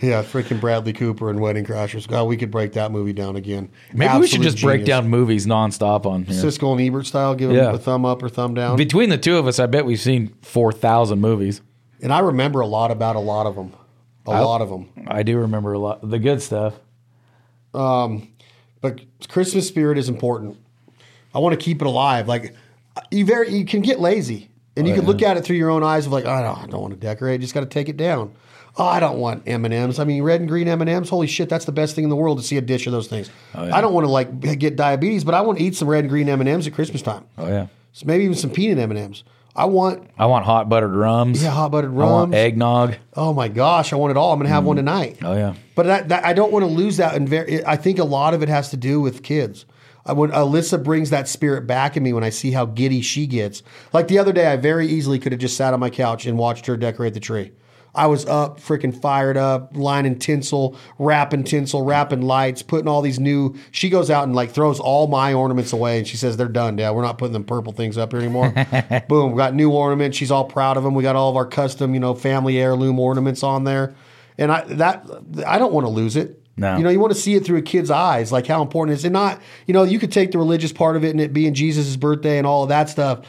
Speaker 1: Yeah, freaking Bradley Cooper and Wedding Crashers. God, we could break that movie down again.
Speaker 2: Maybe we should
Speaker 1: Absolute
Speaker 2: just break
Speaker 1: genius.
Speaker 2: down movies nonstop on here.
Speaker 1: Siskel and Ebert style. Give
Speaker 2: Yeah.
Speaker 1: them a thumb up or thumb down.
Speaker 2: Between the two of us, I bet we've seen four thousand movies.
Speaker 1: and I remember a lot about a lot of them. A lot of them.
Speaker 2: I do remember a lot the good stuff.
Speaker 1: but Christmas spirit is important. I want to keep it alive. Like you very you can get lazy and you can look at it through your own eyes of like, I don't, I don't want to decorate. Just got to take it down. Oh, I don't want M and M's. I mean, red and green M and M's. Holy shit, that's the best thing in the world to see a
Speaker 2: Oh,
Speaker 1: dish of those things. I don't want to like get diabetes, but I want to eat some red and green M and M's at Christmas time.
Speaker 2: Oh yeah.
Speaker 1: So maybe even some peanut M and M's. I want
Speaker 2: I want hot buttered rums.
Speaker 1: yeah, hot buttered
Speaker 2: I want
Speaker 1: rum.
Speaker 2: eggnog.
Speaker 1: Oh my gosh, I want it all. I'm gonna have one tonight.
Speaker 2: Oh yeah.
Speaker 1: But that, that, I don't want to lose that. And ver- I think a lot of it has to do with kids. I would, Alyssa brings that spirit back in me when I see how giddy she gets. Like the other day, I very easily could have just sat on my couch and watched her decorate the tree. I was up, freaking fired up, lining tinsel, wrapping tinsel, wrapping lights, putting all these new. She goes out and like throws all my ornaments away, and she says they're done, Dad. We're not putting them purple things up here anymore. Boom, we got new ornaments. She's all proud of them. We got all of our custom, you know, family heirloom ornaments on there and I that I don't want to lose it.
Speaker 2: No.
Speaker 1: You know, you want to see it through a kid's eyes, like how important it is. And not, you know, you could take the religious part of it and it being Jesus' birthday and all of that stuff,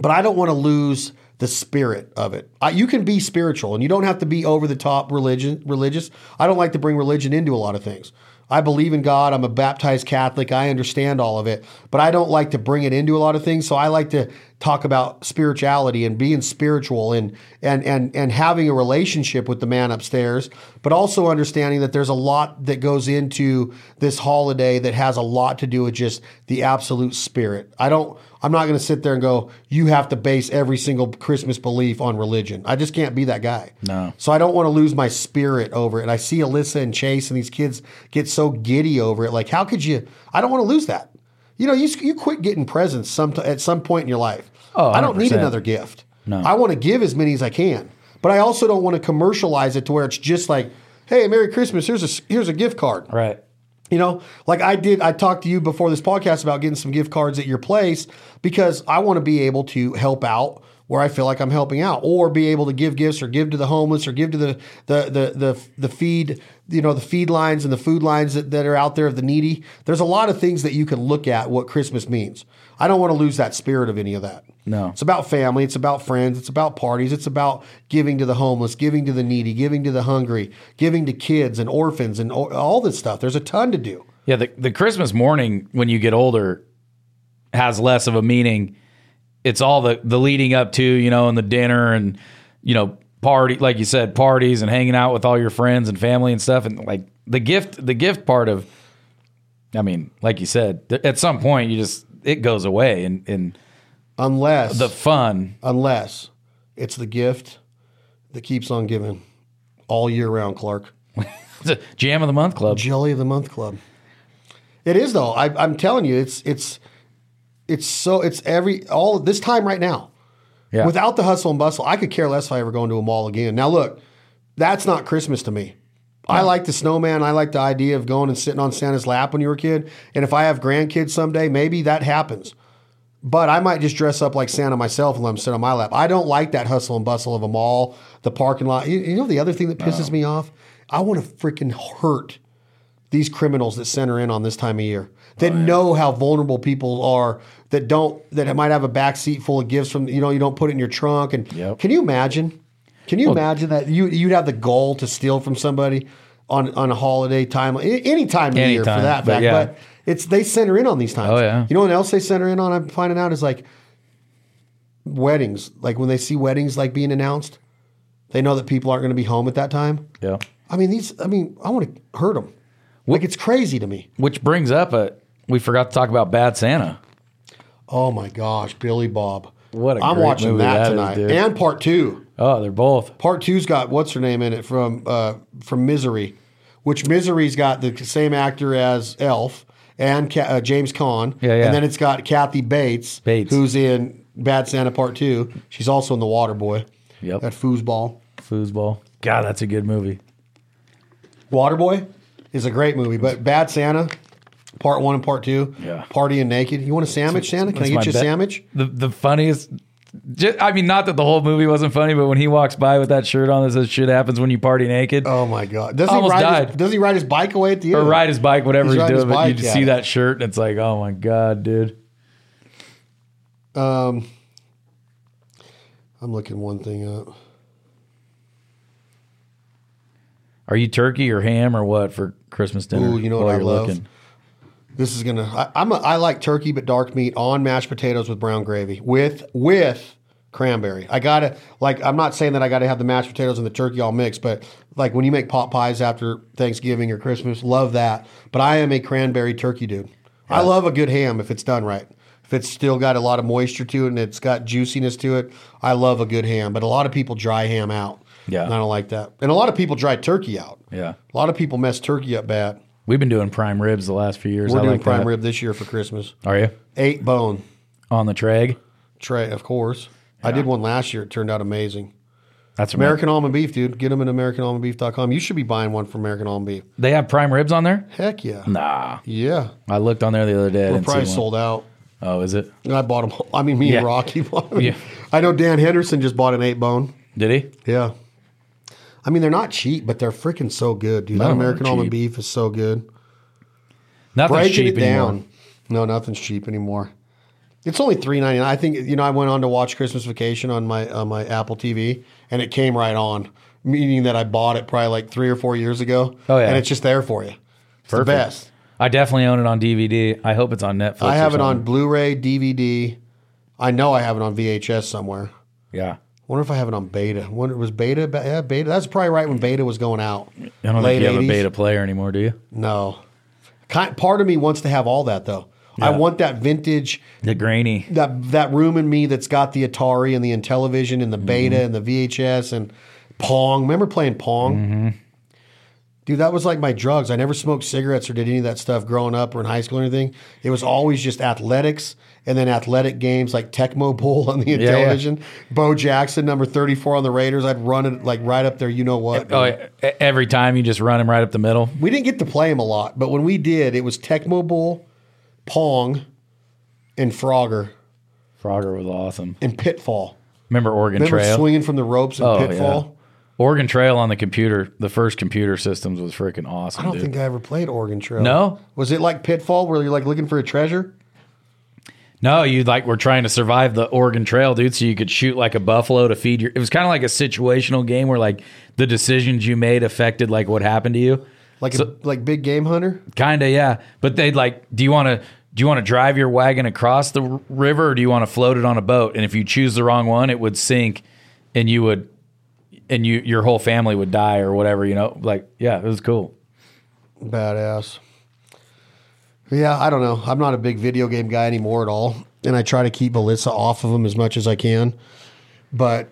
Speaker 1: but I don't want to lose the spirit of it. I, you can be spiritual and you don't have to be over the top religion religious. I don't like to bring religion into a lot of things. I believe in God. I'm a baptized Catholic. I understand all of it, but I don't like to bring it into a lot of things. So I like to talk about spirituality and being spiritual and and and and having a relationship with the man upstairs, but also understanding that there's a lot that goes into this holiday that has a lot to do with just the absolute spirit. I don't I'm not going to sit there and go, you have to base every single Christmas belief on religion. I just can't be that guy.
Speaker 2: No.
Speaker 1: So I don't want to lose my spirit over it. And I see Alyssa and Chase and these kids get so giddy over it. Like, how could you? I don't want to lose that. You know, you, you quit getting presents some, at some point in your life.
Speaker 2: Oh,
Speaker 1: I don't need
Speaker 2: 100%.
Speaker 1: another gift. No. I want to give as many as I can, but I also don't want to commercialize it to where it's just like, hey, Merry Christmas. Here's a, here's a gift card.
Speaker 2: Right.
Speaker 1: You know, like I did, I talked to you before this podcast about getting some gift cards at your place because I want to be able to help out where I feel like I'm helping out, or be able to give gifts, or give to the homeless, or give to the the the the, the feed, you know, the feed lines and the food lines that, that are out there of the needy. There's a lot of things that you can look at what Christmas means. I don't want to lose that spirit of any of that.
Speaker 2: No.
Speaker 1: It's about family. It's about friends. It's about parties. It's about giving to the homeless, giving to the needy, giving to the hungry, giving to kids and orphans and o- all this stuff. There's a ton to do.
Speaker 2: Yeah, the, the Christmas morning when you get older has less of a meaning. It's all the the leading up to, you know, and the dinner and you know, party like you said, parties and hanging out with all your friends and family and stuff and like the gift the gift part of I mean, like you said, th- at some point you just it goes away and and
Speaker 1: Unless
Speaker 2: the fun.
Speaker 1: unless it's the gift that keeps on giving all year round, Clark.
Speaker 2: Jam of the month club.
Speaker 1: Jelly of the Month Club. It is though. I, I'm telling you, it's it's it's so it's every all this time right now.
Speaker 2: Yeah.
Speaker 1: Without the hustle and bustle, I could care less if I ever go into a mall again. Now look, that's not Christmas to me. I like the snowman. I like the idea of going and sitting on Santa's lap when you were a kid. And if I have grandkids someday, maybe that happens. But I might just dress up like Santa myself and let him sit on my lap. I don't like that hustle and bustle of a mall, the parking lot. You, you know the other thing that
Speaker 2: Oh.
Speaker 1: pisses me off? I want to freaking hurt these criminals that center in on this time of year
Speaker 2: Oh,
Speaker 1: that know how vulnerable people are that don't that might have a back seat full of gifts from you know you don't put it in your trunk and
Speaker 2: Yep.
Speaker 1: can you imagine can you imagine that you you'd have the goal to steal from somebody on on a holiday time a- any time of the year for
Speaker 2: Anytime,
Speaker 1: that
Speaker 2: but
Speaker 1: fact
Speaker 2: yeah.
Speaker 1: but it's they center in on these times
Speaker 2: Oh, yeah.
Speaker 1: you know what else they center in on I'm finding out is like weddings like when they see weddings like being announced they know that people aren't going to be home at that time
Speaker 2: Yeah.
Speaker 1: I mean, these. I mean, I want to hurt them. like it's crazy to me.
Speaker 2: Which brings up a we forgot to talk about Bad Santa.
Speaker 1: Oh my gosh, Billy Bob.
Speaker 2: What a
Speaker 1: I'm
Speaker 2: great
Speaker 1: watching
Speaker 2: movie
Speaker 1: that,
Speaker 2: that is,
Speaker 1: tonight,
Speaker 2: dude.
Speaker 1: and part two.
Speaker 2: Oh, they're both.
Speaker 1: Part two's got what's her name in it from uh, from Misery, which Misery's got the same actor as Elf and Ca- uh, James Caan.
Speaker 2: Yeah, yeah.
Speaker 1: And then it's got Kathy Bates,
Speaker 2: Bates.
Speaker 1: who's in Bad Santa Part Two. She's also in The Water Boy.
Speaker 2: Yep.
Speaker 1: That foosball.
Speaker 2: Foosball. God, that's a good movie.
Speaker 1: Waterboy is a great movie, but Bad Santa, part one and part two,
Speaker 2: Yeah.
Speaker 1: partying naked. You want a sandwich, Santa? Can I
Speaker 2: that's
Speaker 1: get
Speaker 2: my
Speaker 1: you a
Speaker 2: bet.
Speaker 1: sandwich?
Speaker 2: the the funniest. ju- I mean, not that the whole movie wasn't funny, but when he walks by with that shirt on that says "Shit happens when you party naked,"
Speaker 1: Oh my god! Does he
Speaker 2: Almost
Speaker 1: ride? His,
Speaker 2: died.
Speaker 1: does he ride his bike away at the end?
Speaker 2: or ride his bike, whatever
Speaker 1: He's
Speaker 2: he's,
Speaker 1: riding his
Speaker 2: doing, but you
Speaker 1: bike,
Speaker 2: just
Speaker 1: yeah.
Speaker 2: see that shirt and it's like, oh my god, dude.
Speaker 1: I'm looking one thing up.
Speaker 2: Are you turkey or ham or what for Christmas dinner?
Speaker 1: Ooh, you know what
Speaker 2: while
Speaker 1: I
Speaker 2: you're
Speaker 1: love? This is gonna. I, I'm. A, I like turkey, but dark meat on mashed potatoes with brown gravy with with cranberry. I gotta like. I'm not saying that I gotta have the mashed potatoes and the turkey all mixed, but like when you make pot pies after Thanksgiving or Christmas, love that. But I am a cranberry turkey dude. I love a good ham if it's done right. If it's still got a lot of moisture to it and it's got juiciness to it, I love a good ham. But a lot of people dry ham out.
Speaker 2: Yeah.
Speaker 1: And I don't like that. And a lot of people dry turkey out.
Speaker 2: Yeah.
Speaker 1: A lot of people mess turkey up bad.
Speaker 2: We've been doing prime ribs the last few years.
Speaker 1: We're
Speaker 2: I
Speaker 1: doing
Speaker 2: like
Speaker 1: prime
Speaker 2: that.
Speaker 1: rib this year for Christmas.
Speaker 2: Are you
Speaker 1: Eight bone
Speaker 2: on the trag?
Speaker 1: tray, of course. I did one last year. It turned out amazing.
Speaker 2: That's American.
Speaker 1: American Almond Beef, dude. Get them at AmericanAlmondBeef.com. You should be buying one from American Almond Beef.
Speaker 2: They have prime ribs on there.
Speaker 1: Heck yeah.
Speaker 2: Nah,
Speaker 1: Yeah.
Speaker 2: I looked on there the other day. I
Speaker 1: We're
Speaker 2: didn't see
Speaker 1: probably
Speaker 2: one.
Speaker 1: sold out.
Speaker 2: Oh, is it?
Speaker 1: And I bought them. I mean, me
Speaker 2: Yeah.
Speaker 1: and Rocky bought them.
Speaker 2: Yeah.
Speaker 1: I know Dan Henderson just bought an eight bone.
Speaker 2: Did he?
Speaker 1: Yeah. I mean, they're not cheap, but they're freaking so good, dude.
Speaker 2: None
Speaker 1: That
Speaker 2: of them are
Speaker 1: American Almond
Speaker 2: cheap.
Speaker 1: Beef is so good.
Speaker 2: Nothing's
Speaker 1: Breaking
Speaker 2: cheap
Speaker 1: it down.
Speaker 2: anymore.
Speaker 1: No, nothing's cheap anymore. It's only three ninety nine. I think you know. I went on to watch Christmas Vacation on my on my Apple TV, and it came right on, meaning that I bought it probably like three or four years ago.
Speaker 2: Oh, yeah.
Speaker 1: and it's just there for you. It's the
Speaker 2: Perfect.
Speaker 1: best.
Speaker 2: I definitely own it on DVD. I hope it's on Netflix.
Speaker 1: I
Speaker 2: or
Speaker 1: have it on
Speaker 2: something.
Speaker 1: Blu-ray, DVD. I know I have it on VHS somewhere.
Speaker 2: Yeah,
Speaker 1: Wonder if I have it on Beta. Wonder was Beta. ba- Yeah, Beta. That's probably right when Beta was going out.
Speaker 2: I don't
Speaker 1: Late
Speaker 2: think you have
Speaker 1: 80s.
Speaker 2: a beta player anymore, do you?
Speaker 1: No. Kind, part of me wants to have all that though. I want that vintage
Speaker 2: The grainy.
Speaker 1: that that room in me that's got the Atari and the Intellivision and the Beta
Speaker 2: Mm-hmm.
Speaker 1: and the VHS and Pong. Remember playing Pong?
Speaker 2: Mm-hmm.
Speaker 1: Dude, that was like my drugs. I never smoked cigarettes or did any of that stuff growing up or in high school or anything. It was always just athletics and then athletic games like Tecmo Bowl on the
Speaker 2: yeah.
Speaker 1: Intellivision. Bo Jackson, number 34 on the Raiders. I'd run it like right up there. You know what?
Speaker 2: Oh, yeah. E- every time you just run him right up the middle.
Speaker 1: We didn't get to play him a lot, but when we did, it was Tecmo Bowl, Pong, and Frogger
Speaker 2: Frogger was awesome.
Speaker 1: and Pitfall.
Speaker 2: Remember Oregon
Speaker 1: Remember
Speaker 2: Trail?
Speaker 1: swinging from the ropes and
Speaker 2: Oh,
Speaker 1: pitfall?
Speaker 2: Oregon Trail on the computer, the first computer systems was freaking awesome,
Speaker 1: I don't
Speaker 2: dude.
Speaker 1: think I ever played Oregon Trail.
Speaker 2: No?
Speaker 1: Was it like Pitfall where you're like looking for a treasure?
Speaker 2: no, you like were trying to survive the Oregon Trail, dude, so you could shoot like a buffalo to feed your. It was kind of like a situational game where like the decisions you made affected like what happened to you.
Speaker 1: Like a, like Big Game Hunter?
Speaker 2: Kind of, yeah. But they'd like, do you want to do you want to drive your wagon across the r- river, or do you want to float it on a boat? And if you choose the wrong one, it would sink, and you would, and you your whole family would die or whatever. You know, like yeah, it was cool.
Speaker 1: Badass. Yeah, I don't know. I'm not a big video game guy anymore at all, and I try to keep Alyssa off of them as much as I can. But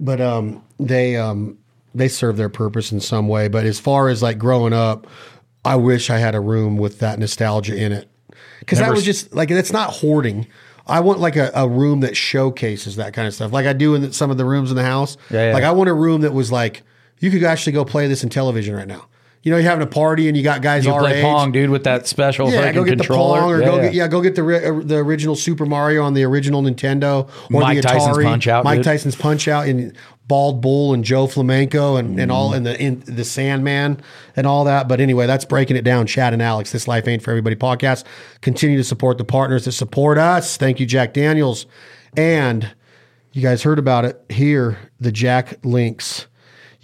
Speaker 1: but um they um they serve their purpose in some way, but as far as like growing up, I wish I had a room with that nostalgia in it. Cuz that
Speaker 2: Never
Speaker 1: was
Speaker 2: s-
Speaker 1: just like that's not hoarding. I want like a, a room that showcases that kind of stuff. Like I do in some of the rooms in the house.
Speaker 2: Yeah, yeah.
Speaker 1: Like I want a room that was like you could actually go play this in television right now. You know, you're having a party and you got guys
Speaker 2: You
Speaker 1: our
Speaker 2: play
Speaker 1: age.
Speaker 2: pong, dude, with that special
Speaker 1: Yeah,
Speaker 2: freaking
Speaker 1: go get
Speaker 2: controller.
Speaker 1: the Pong or
Speaker 2: yeah,
Speaker 1: go
Speaker 2: yeah.
Speaker 1: get yeah, go get the ri- uh, the original Super Mario on the original Nintendo or
Speaker 2: Mike
Speaker 1: the Atari.
Speaker 2: Tyson's Punch-Out,
Speaker 1: Mike
Speaker 2: dude.
Speaker 1: Tyson's Punch Out and Bald Bull and Joe Flamenco and, and
Speaker 2: Mm.
Speaker 1: all and the in, the Sandman and all that. But anyway, that's breaking it down. Chad and Alex, this life ain't for everybody podcast. Continue to support the partners that support us. Thank you, Jack Daniels, and you guys heard about it here. The Jack Links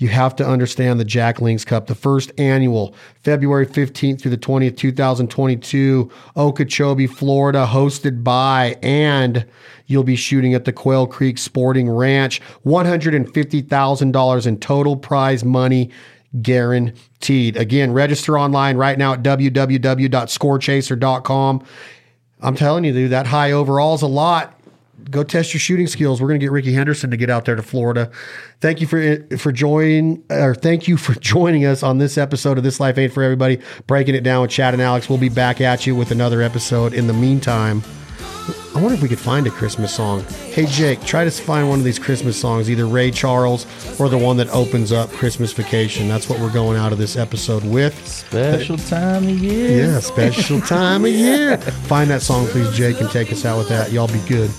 Speaker 1: you have to understand the Jack Links Cup, the first annual, February 15th through the 20th, 2022, Okeechobee, Florida, hosted by, and you'll be shooting at the Quail Creek Sporting Ranch. $150,000 in total prize money guaranteed. Again, register online right now at www.scorechaser.com. I'm telling you, dude, that high overall is a lot. Go test your shooting skills. We're going to get Ricky Henderson to get out there to Florida. Thank you for for joining, or thank you for joining us on this episode of This Life Ain't for Everybody. Breaking it down with Chad and Alex. We'll be back at you with another episode. In the meantime, I wonder if we could find a Christmas song. Hey Jake, try to find one of these Christmas songs, either Ray Charles or the one that opens up Christmas Vacation. That's what we're going out of this episode with.
Speaker 2: special time of year.
Speaker 1: Yeah, special time of year. Find that song, please, Jake, and take us out with that. Y'all be good.